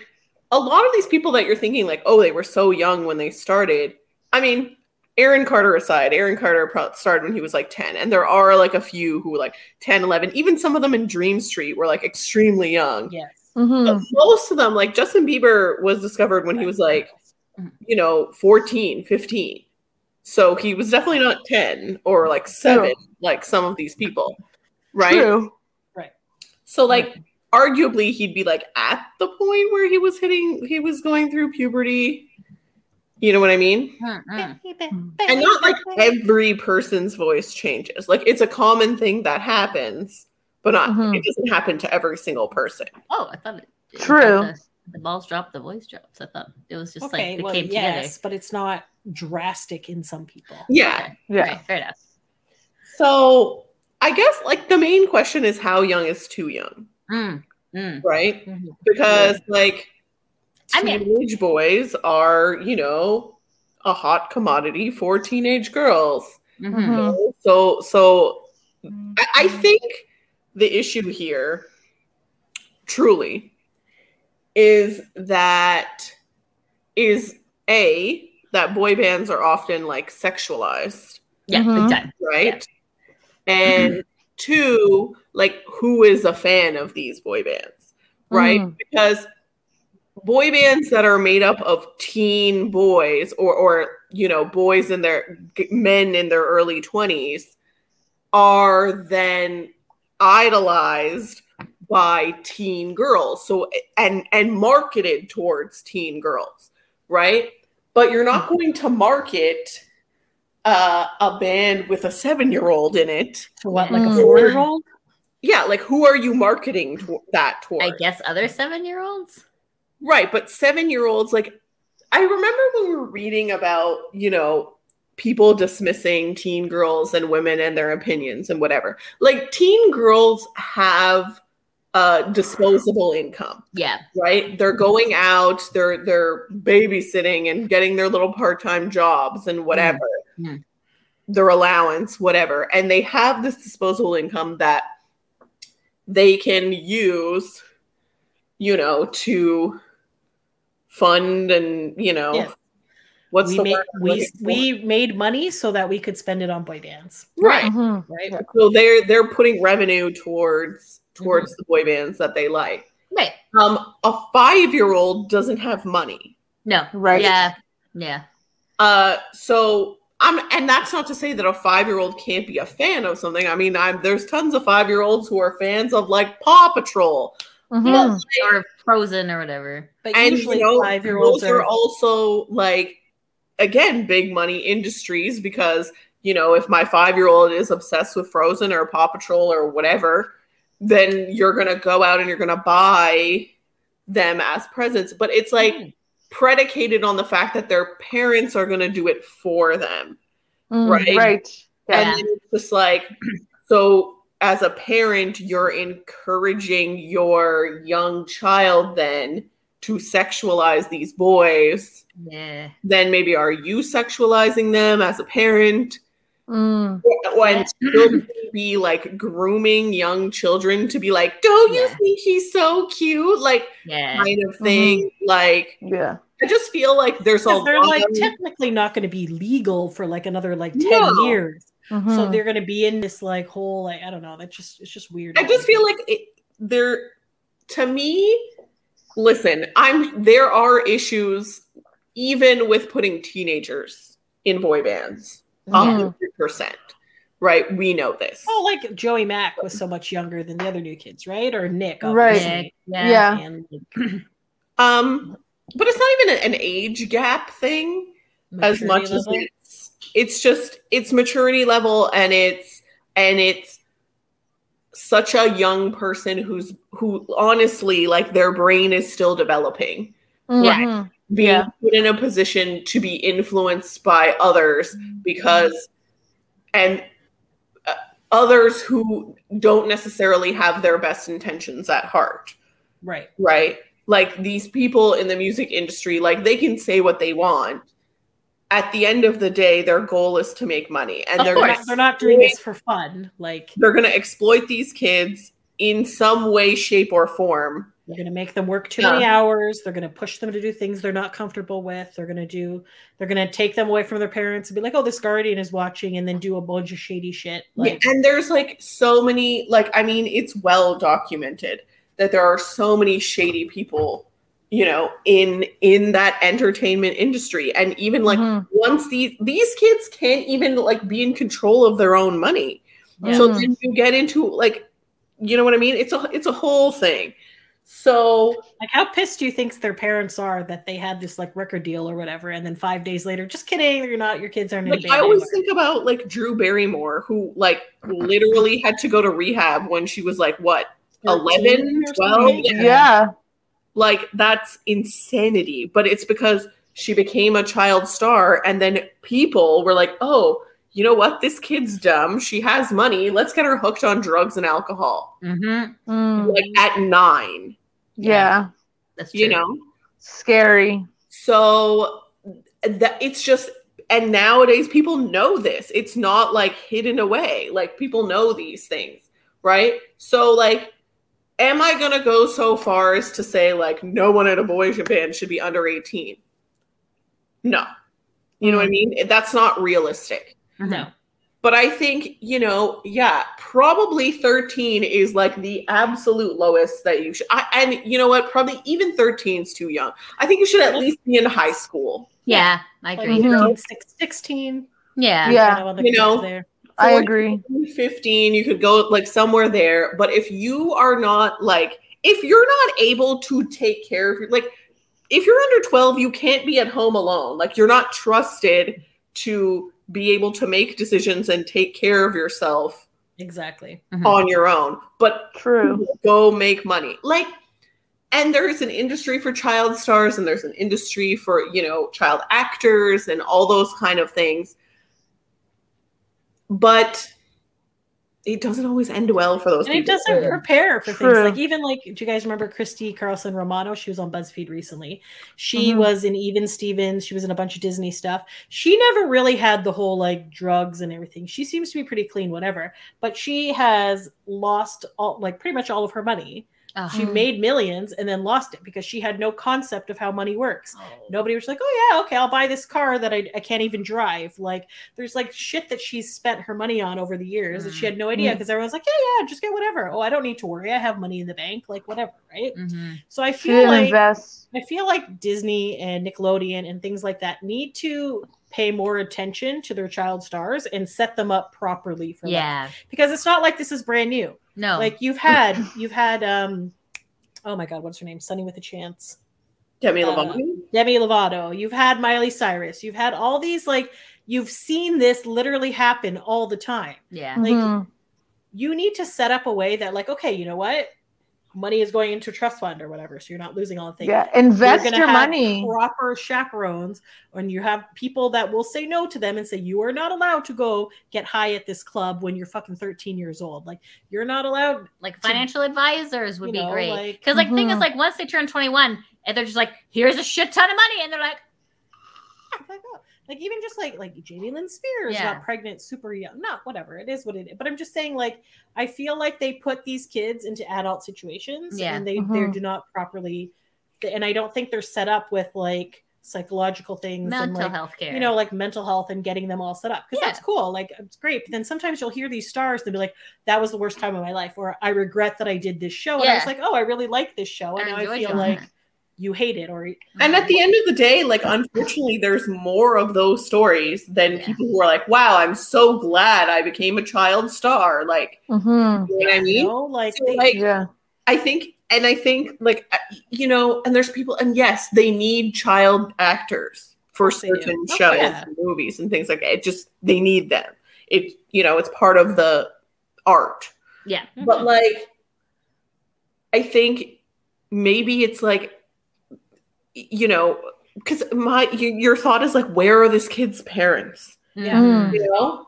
A: a lot of these people that you're thinking like, oh, they were so young when they started. I mean, Aaron Carter aside, Aaron Carter pro- started when he was like 10 and there are like a few who were like 10, 11, even some of them in Dream Street were like extremely
B: good.
A: young.
B: yes.
A: But
C: Mhm.
A: most of them like Justin Bieber was discovered when he was like, you know, 14, 15. So he was definitely not 10 or like 7 like some of these people. Right?
C: True.
A: So like arguably he'd be like at the point where he was hitting he was going through puberty. You know what I mean? And not like every person's voice changes. Like it's a common thing that happens, but not
C: Mhm.
A: it doesn't happen to every single person.
D: Oh, I thought it. I thought
C: True.
D: The, the balls dropped, the voice drops. I thought it was just
B: okay,
D: like it
B: well,
D: came
B: yes, but it's not drastic in some people.
A: Yeah.
C: Yeah.
D: together. Right, fair enough.
A: So I guess like the main question is how young is too young,
D: Mm, mm.
A: right?
D: Mhm.
A: Because like
D: I mean-
A: teenage boys are, you know, a hot commodity for teenage girls.
D: Mhm.
C: Mhm.
A: So, so I, I think the issue here, truly, is that is a that boy bands are often like sexualized,
D: Yeah,
C: Mhm.
D: big time.
A: right? And two, like who is a fan of these boy bands, right?
C: Mhm.
A: Because boy bands that are made up of teen boys or or you know boys in their g- men in their early 20s are then idolized by teen girls so and and marketed towards teen girls right but you're not going to market uh, a band with a seven year old in it
B: To what, like
D: Mm.
B: a four year old?
A: yeah like who are you marketing to- that towards
D: I guess other seven year olds.
A: Right, but seven year olds, like, I remember when we were reading about, you know, people dismissing teen girls and women and their opinions and whatever. Like, teen girls have uh, disposable income,
D: Yeah.
A: right? They're going out, they're they're babysitting and getting their little part time jobs and whatever,
D: Mm.
A: their allowance, whatever, and they have this disposable income that they can use, you know, to fund and you know
B: Yes.
A: what's
B: we
A: the
B: make,
A: word I'm
B: we,
A: looking for?
B: we made money so that we could spend it on boy bands,
A: right.
C: Mhm.
D: Mm-hmm.
B: right?
C: Yeah.
A: So they're they're putting revenue towards
B: Mm-hmm.
A: towards the boy bands that they like.
D: Right.
A: Um, a five year old doesn't have money.
D: No.
C: Right.
D: Yeah. Yeah.
A: Uh, so I'm, and that's not to say that a five year old can't be a fan of something. I mean, I'm there's tons of five year olds who are fans of like Paw Patrol,
D: Mm-hmm.
C: Mhm.
D: Or frozen or whatever.
B: But
A: and
B: usually
A: you know,
B: five year olds
A: those are
B: are
A: also like again big money industries because you know if my five year old is obsessed with Frozen or Paw Patrol or whatever, then you're gonna go out and you're gonna buy them as presents. But it's like
B: Hmm.
A: predicated on the fact that their parents are going to do it for them.
D: Mm-hmm.
C: Mm,
A: Right.
C: Right. Yeah.
A: And then it's just like, so as a parent, you're encouraging your young child then to sexualize these boys.
D: yeah.
A: Then maybe are you sexualizing them as a parent?
C: Mm.
A: When children be like grooming young children to be like, don't you
D: Yeah.
A: think he's so cute? Like,
D: Yeah.
A: kind of thing. Like,
D: Mm-hmm.
C: Yeah.
A: I just feel like there's a
B: because they're
A: lot
B: like
A: of-
B: technically not going to be legal for like another like 10
A: No. Hmm.
B: years. So
D: Mm-hmm.
C: Mhm.
B: they're going to be in this like whole like I don't know. That just it's just weird.
A: I just feel like it, there, to me, listen, I'm there are issues even with putting teenagers in boy bands,
D: Mm-hmm.
A: a hundred percent, right? We know this.
B: oh like Joey Mack was so much younger than the other new kids, right? Or Nick,
C: Right.
B: obviously.
D: Yeah.
C: Yeah.
B: And
A: Um, but it's not even a- an age gap thing as
B: maturity
A: much as
B: level.
A: it's it's just it's maturity level and it's and it's such a young person who's who honestly like their brain is still developing
D: Yeah.
C: Mhm.
A: being
C: Yeah.
A: put in a position to be influenced by others because and uh, others who don't necessarily have their best intentions at heart
B: right.
A: right like these people in the music industry like they can say what they want at the end of the day their goal is to make money and
D: Of
A: they're gonna,
B: They're
D: course.
B: not, they're not doing this for fun. Like
A: they're going to exploit these kids in some way shape or form
B: They're going to make them work too
A: Yeah.
B: many hours. They're going to push them to do things they're not comfortable with. They're going to do, they're going to take them away from their parents and be like, oh, this guardian is watching, and then do a bunch of shady shit. Like,
A: and there's like so many like i mean it's well documented that there are so many shady people you know in in that entertainment industry and even like
D: Mm-hmm.
C: Mhm.
A: once these these kids can't even like be in control of their own money
D: Yeah.
A: so then you get into like you know what i mean it's a it's a whole thing so
B: like, how pissed do you think their parents are that they had this like record deal or whatever? And then five days later, just kidding, you're not, your kids aren't in a
A: like
B: band
A: i always
B: anymore."
A: think about like drew barrymore who like literally had to go to rehab when she was like what 11
B: or
A: 12
B: something?
A: yeah.
C: Yeah.
A: like that's insanity but it's because she became a child star and then people were like oh you know what this kid's dumb she has money let's get her hooked on drugs and alcohol
D: Mm-hmm.
C: Mm.
A: like at nine
C: Yeah.
D: That's true.
A: you know
C: Scary.
A: So that it's just and nowadays people know this. It's not like hidden away. Like people know these things, right? So like am I going to go so far as to say like no one in a boys band should be under 18? No. You know what I mean? That's not realistic.
B: No.
A: But I think, you know, yeah, probably 13 is like the absolute lowest that you should. I, and you know what? Probably even 13 is too young. I think you should at least be in high school.
D: Yeah. I
B: Like
D: agree.
C: Mhm.
B: 15, 16,
D: Yeah.
C: Yeah.
B: kind of on the
A: You
B: kids
A: know,
B: there.
C: I
A: Forty-
C: agree.
A: 15 you could go like somewhere there but if you are not like if you're not able to take care of your like if you're under 12 you can't be at home alone like you're not trusted to be able to make decisions and take care of yourself
B: Exactly.
D: Mhm.
A: on your own but
C: True.
A: go make money like and there's an industry for child stars and there's an industry for you know child actors and all those kind of things but it doesn't always end well for those
B: And it
A: people.
B: doesn't prepare for
C: True.
B: things like even like do you guys remember Christy Carlson Romano? She was on BuzzFeed recently. She
A: Mm-hmm.
C: Mhm.
B: was in Even Stevens. She was in a bunch of Disney stuff. She never really had the whole like drugs and everything. She seems to be pretty clean, whatever. But she has lost all like pretty much all of her money.
D: Ugh.
B: She made millions and then lost it because she had no concept of how money works.
D: Oh.
B: Nobody was like, oh yeah, okay, I'll buy this car that I, I can't even drive. Like, there's like shit that she's spent her money on over the years that she had no idea
C: Mm.
B: because everyone's like, yeah, yeah, just get whatever. Oh, I don't need to worry. I have money in the bank, like whatever, right?
D: Mhm.
B: So I
C: She
B: feel
C: didn't
B: like
C: Mm. invest.
B: I feel like Disney and Nickelodeon and things like that need to pay more attention to their child stars and set them up properly for yeah.
D: Yeah.
B: because it's not like this is brand new.
C: Oh.
D: No.
B: Like you've had you've had um oh my god, what's her name? Sunny with a chance.
A: Demi
B: Uh,
A: Lovato.
B: Demi Lovato, you've had Miley Cyrus, you've had all these like you've seen this literally happen all the time.
D: yeah.
B: Like-
C: Mhm.
B: You need to set up a way that like okay, you know what? Money is going into a trust fund or whatever, so you're not losing all the things.
C: Yeah, invest
B: gonna
C: your
B: have
C: money.
B: Proper chaperones, and you have people that will say no to them and say you are not allowed to go get high at this club when you're fucking 13 years old. Like you're not allowed.
D: Like financial advisors would
B: you
D: be
B: know,
D: great.
B: like- mm-hmm.
D: Because like thing is
C: Mhm.
D: like once they turn 21 and they're just like, here's a shit ton of money. And they're like,
B: Like, oh, like even just like like Jamie Lynn Spears
D: Yeah.
B: got pregnant super young. Not whatever it is, what it is. But I'm just saying, like I feel like they put these kids into adult situations,
D: Yeah.
B: and they they
C: Mhm.
B: do not properly, and I don't think they're set up with like psychological things and
D: mental
B: like
D: health care.
B: you know like mental health and getting them all set up because
D: Yeah.
B: that's cool. Like it's great. But then sometimes you'll hear these stars and be like, "That was the worst time of my life," or "I regret that I did this show," and I
D: Yeah.
B: was like, "Oh, I really like this show," and now I
D: enjoyed
B: feel
D: doing
B: like
D: it. Mm-hmm.
B: you hate it or
A: And at the end of the day, like unfortunately, there's more of those stories than
D: Yeah.
A: people who are like, "Wow, I'm so glad I became a child star." Like,
D: Mm-hmm.
C: Mhm.
A: you know what I
B: you
A: mean?
B: know like.
A: So,
B: they-
A: like,
C: Yeah.
A: I think, and I think, like, uh, you know, and there's people, and yes, they need child actors for
B: course they do.
A: certain
B: Oh,
A: shows,
B: yeah.
A: and movies, and things like that. It just, they need them. It, you know, it's part of the art.
D: yeah.
A: But,
B: Mm-hmm.
A: like, I think maybe it's like, you know, because my, your your thought is like, where are this kid's parents?
B: Yeah.
D: Mhm.
A: you know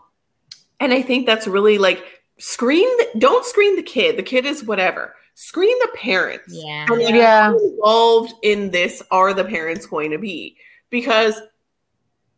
A: and i think that's really like screen the, don't screen the kid the kid is whatever screen the parents
D: Yeah.
A: and like,
C: Yeah.
A: how involved in this are the parents going to be because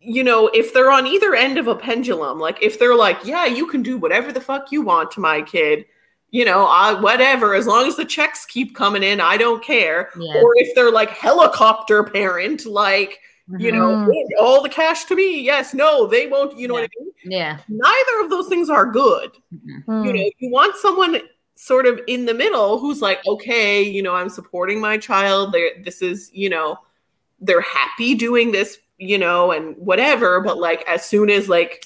A: you know if they're on either end of a pendulum like if they're like yeah you can do whatever the fuck you want to my kid you know I, whatever as long as the checks keep coming in i don't care
B: Mm-hmm.
D: Yeah.
A: or if they're like helicopter parent like you know
D: Mm-hmm.
A: all the cash to me yes no they won't you know what i mean
D: Yeah.
A: neither of those things are good.
D: Mhm.
A: You
C: Mhm.
A: know, you want someone sort of in the middle who's like, okay, you know, I'm supporting my child. They're, this is, you know, they're happy doing this, you know, and whatever. But like, as soon as like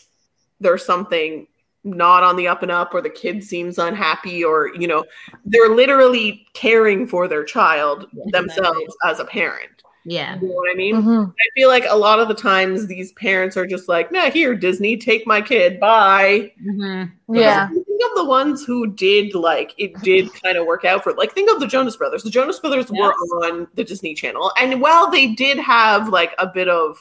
A: there's something not on the up and up, or the kid seems unhappy, or you know, they're literally caring for their child themselves as a parent.
D: Yeah.
A: You know what I mean?
D: Mm-hmm.
C: Mhm.
A: I feel like a lot of the times these parents are just like, nah, here, Disney, take my kid. Bye.
D: Mhm.
A: Because
C: Yeah.
A: if you Think of the ones who did like it did kind of work out for like think of the Jonas Brothers. The Jonas Brothers were on the Disney Channel, and while they did have like a bit of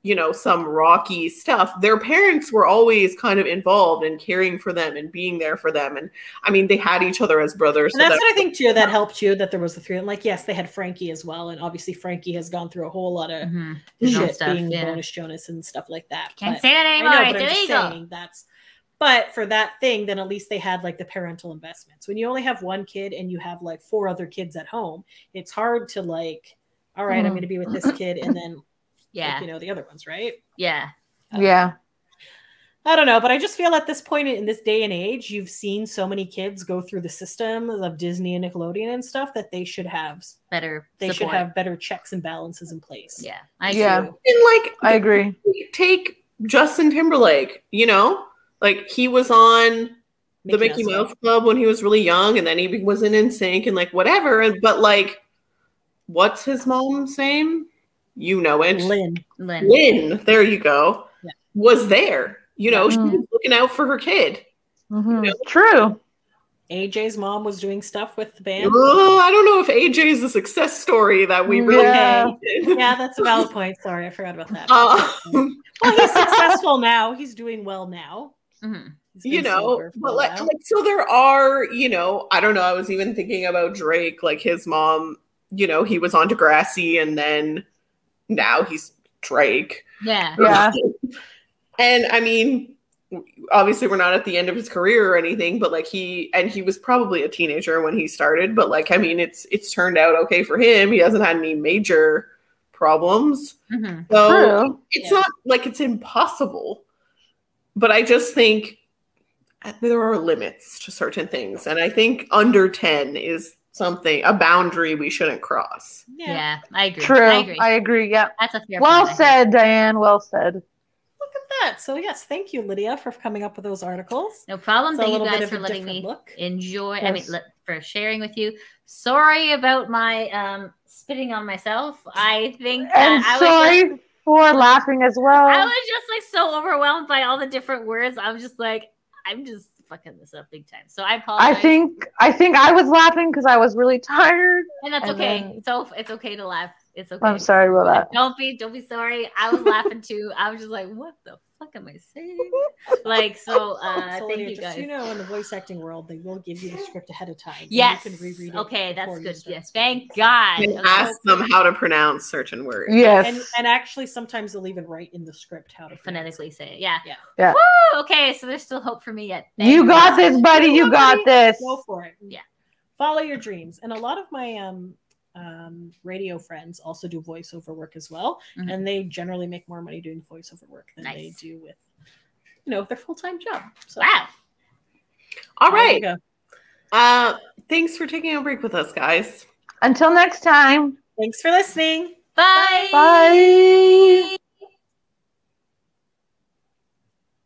A: you know some rocky stuff, their parents were always kind of involved and caring for them and being there for them. And I mean, they had each other as brothers.
B: And
A: so
B: that's
A: that-
B: what I think too that helped you that there was the three. And like, yes, they had Frankie as well, and obviously Frankie has gone through a whole lot of
D: Mhm. His own
B: shit
D: stuff,
B: being
D: yeah.
B: bonus Jonas and stuff like that.
D: Can't
B: But
D: say that
B: I
D: anymore.
B: know, but I'm
D: it's
B: just
D: illegal.
B: saying that's. But for that thing, then at least they had like the parental investments. When you only have one kid and you have like four other kids at home, it's hard to like, all right, I'm
C: Mhm.
B: going to be with this kid and then like,
D: Mm-hmm. Yeah.
B: you know the other ones, right?
D: Yeah.
C: Yeah.
B: I don't know, but I just feel at this point in this day and age, you've seen so many kids go through the system of Disney and Nickelodeon and stuff that they should have
D: Better.
B: they
D: support.
B: should have better checks and balances in place.
D: Yeah. I
C: Yeah.
D: agree.
A: and like
C: I agree.
A: take Justin Timberlake, you know? Like he was on the Mickey
B: Mickey Mouse
A: Mouse Club when he was really young, and then he was in NSYNC and like whatever. And but like, what's his mom's name? You know it.
B: Lynn.
D: Lynn.
A: Lynn. There you go.
B: Yeah.
A: Was there? You know,
C: Mm.
A: she was looking out for her kid.
C: Mhm.
D: Mm-hmm.
A: Yeah.
C: True.
B: AJ's mom was doing stuff with the band.
A: Ugh, I don't know if AJ is a success story that we really
C: Yeah.
A: needed.
B: Yeah, that's a valid point. Sorry, I forgot about that.
A: Um,
B: well, he's successful now. He's doing well now.
D: Mhm.
B: He's been
A: you know
B: sober for
A: but
B: a
A: like,
B: while.
A: like so there are you know i don't know i was even thinking about drake like his mom you know he was on degrassi and then now he's drake
D: Yeah.
C: Yeah.
A: and i mean obviously we're not at the end of his career or anything but like he and he was probably a teenager when he started but like i mean it's it's turned out okay for him he hasn't had any major problems
D: hmm
A: so
C: True.
A: it's
B: Yeah.
A: not like it's impossible but i just think there are limits to certain things and i think under 10 is something a boundary we shouldn't cross
D: Yeah. I agree.
C: True.
D: I agree.
C: Yeah.
D: That's a fair
C: Well
D: point, I think.
C: said, Diane. Well said.
B: Look at that. So yes, thank you, Lydia, for coming up with those articles.
D: No problem.
B: It's a
D: Thank you
B: little bit
D: guys
B: of
D: for
B: a
D: letting me
B: different look.
D: enjoy. I mean,
C: Yes.
D: let, for sharing with you. Sorry about my um spitting on myself. I think that
C: And
D: I was just-
C: sorry for laughing as well.
D: I was just like so overwhelmed by all the different words. I was just like, I'm just fucking this up big time. So I
C: I
D: apologize.
C: think I think I was laughing because I was really tired.
D: and that's
C: and
D: okay.
C: then-
D: It's so it's okay to laugh. It's okay.
C: I'm sorry about that.
D: Don't be don't be sorry. I was laughing too. I was just like, what the fuck am I saying? Like so. Uh,
B: Oh, So,
D: thank
B: Lydia,
D: you
B: just
D: guys.
B: so you know, in the voice acting world, they will give you the script ahead of time. and
D: yes.
B: You can reread it
D: okay, that's
B: before you
D: good.
B: start
D: Yes,
B: speaking.
D: thank God.
A: and
D: Okay.
A: ask them how to pronounce certain words
C: Yes.
B: And, and actually, sometimes they'll even write in the script how to pronounce
D: phonetically say it. Yeah.
B: Yeah.
C: Yeah.
D: Woo! Okay, so there's still hope for me yet.
C: you got
D: this.
C: this, buddy. You got this.
B: it. Go for it.
D: Yeah.
B: Follow your dreams. And a lot of my um, um, radio friends also do voiceover work as well,
D: Mhm.
B: and they generally make more money doing voiceover work than they
D: Nice.
B: do with, you know, their full time job. So
D: Wow.
A: all
B: there you
A: right
B: go.
A: uh thanks for taking a break with us guys
C: Until next time.
B: Thanks for listening.
D: Bye.
C: Bye.
D: Bye.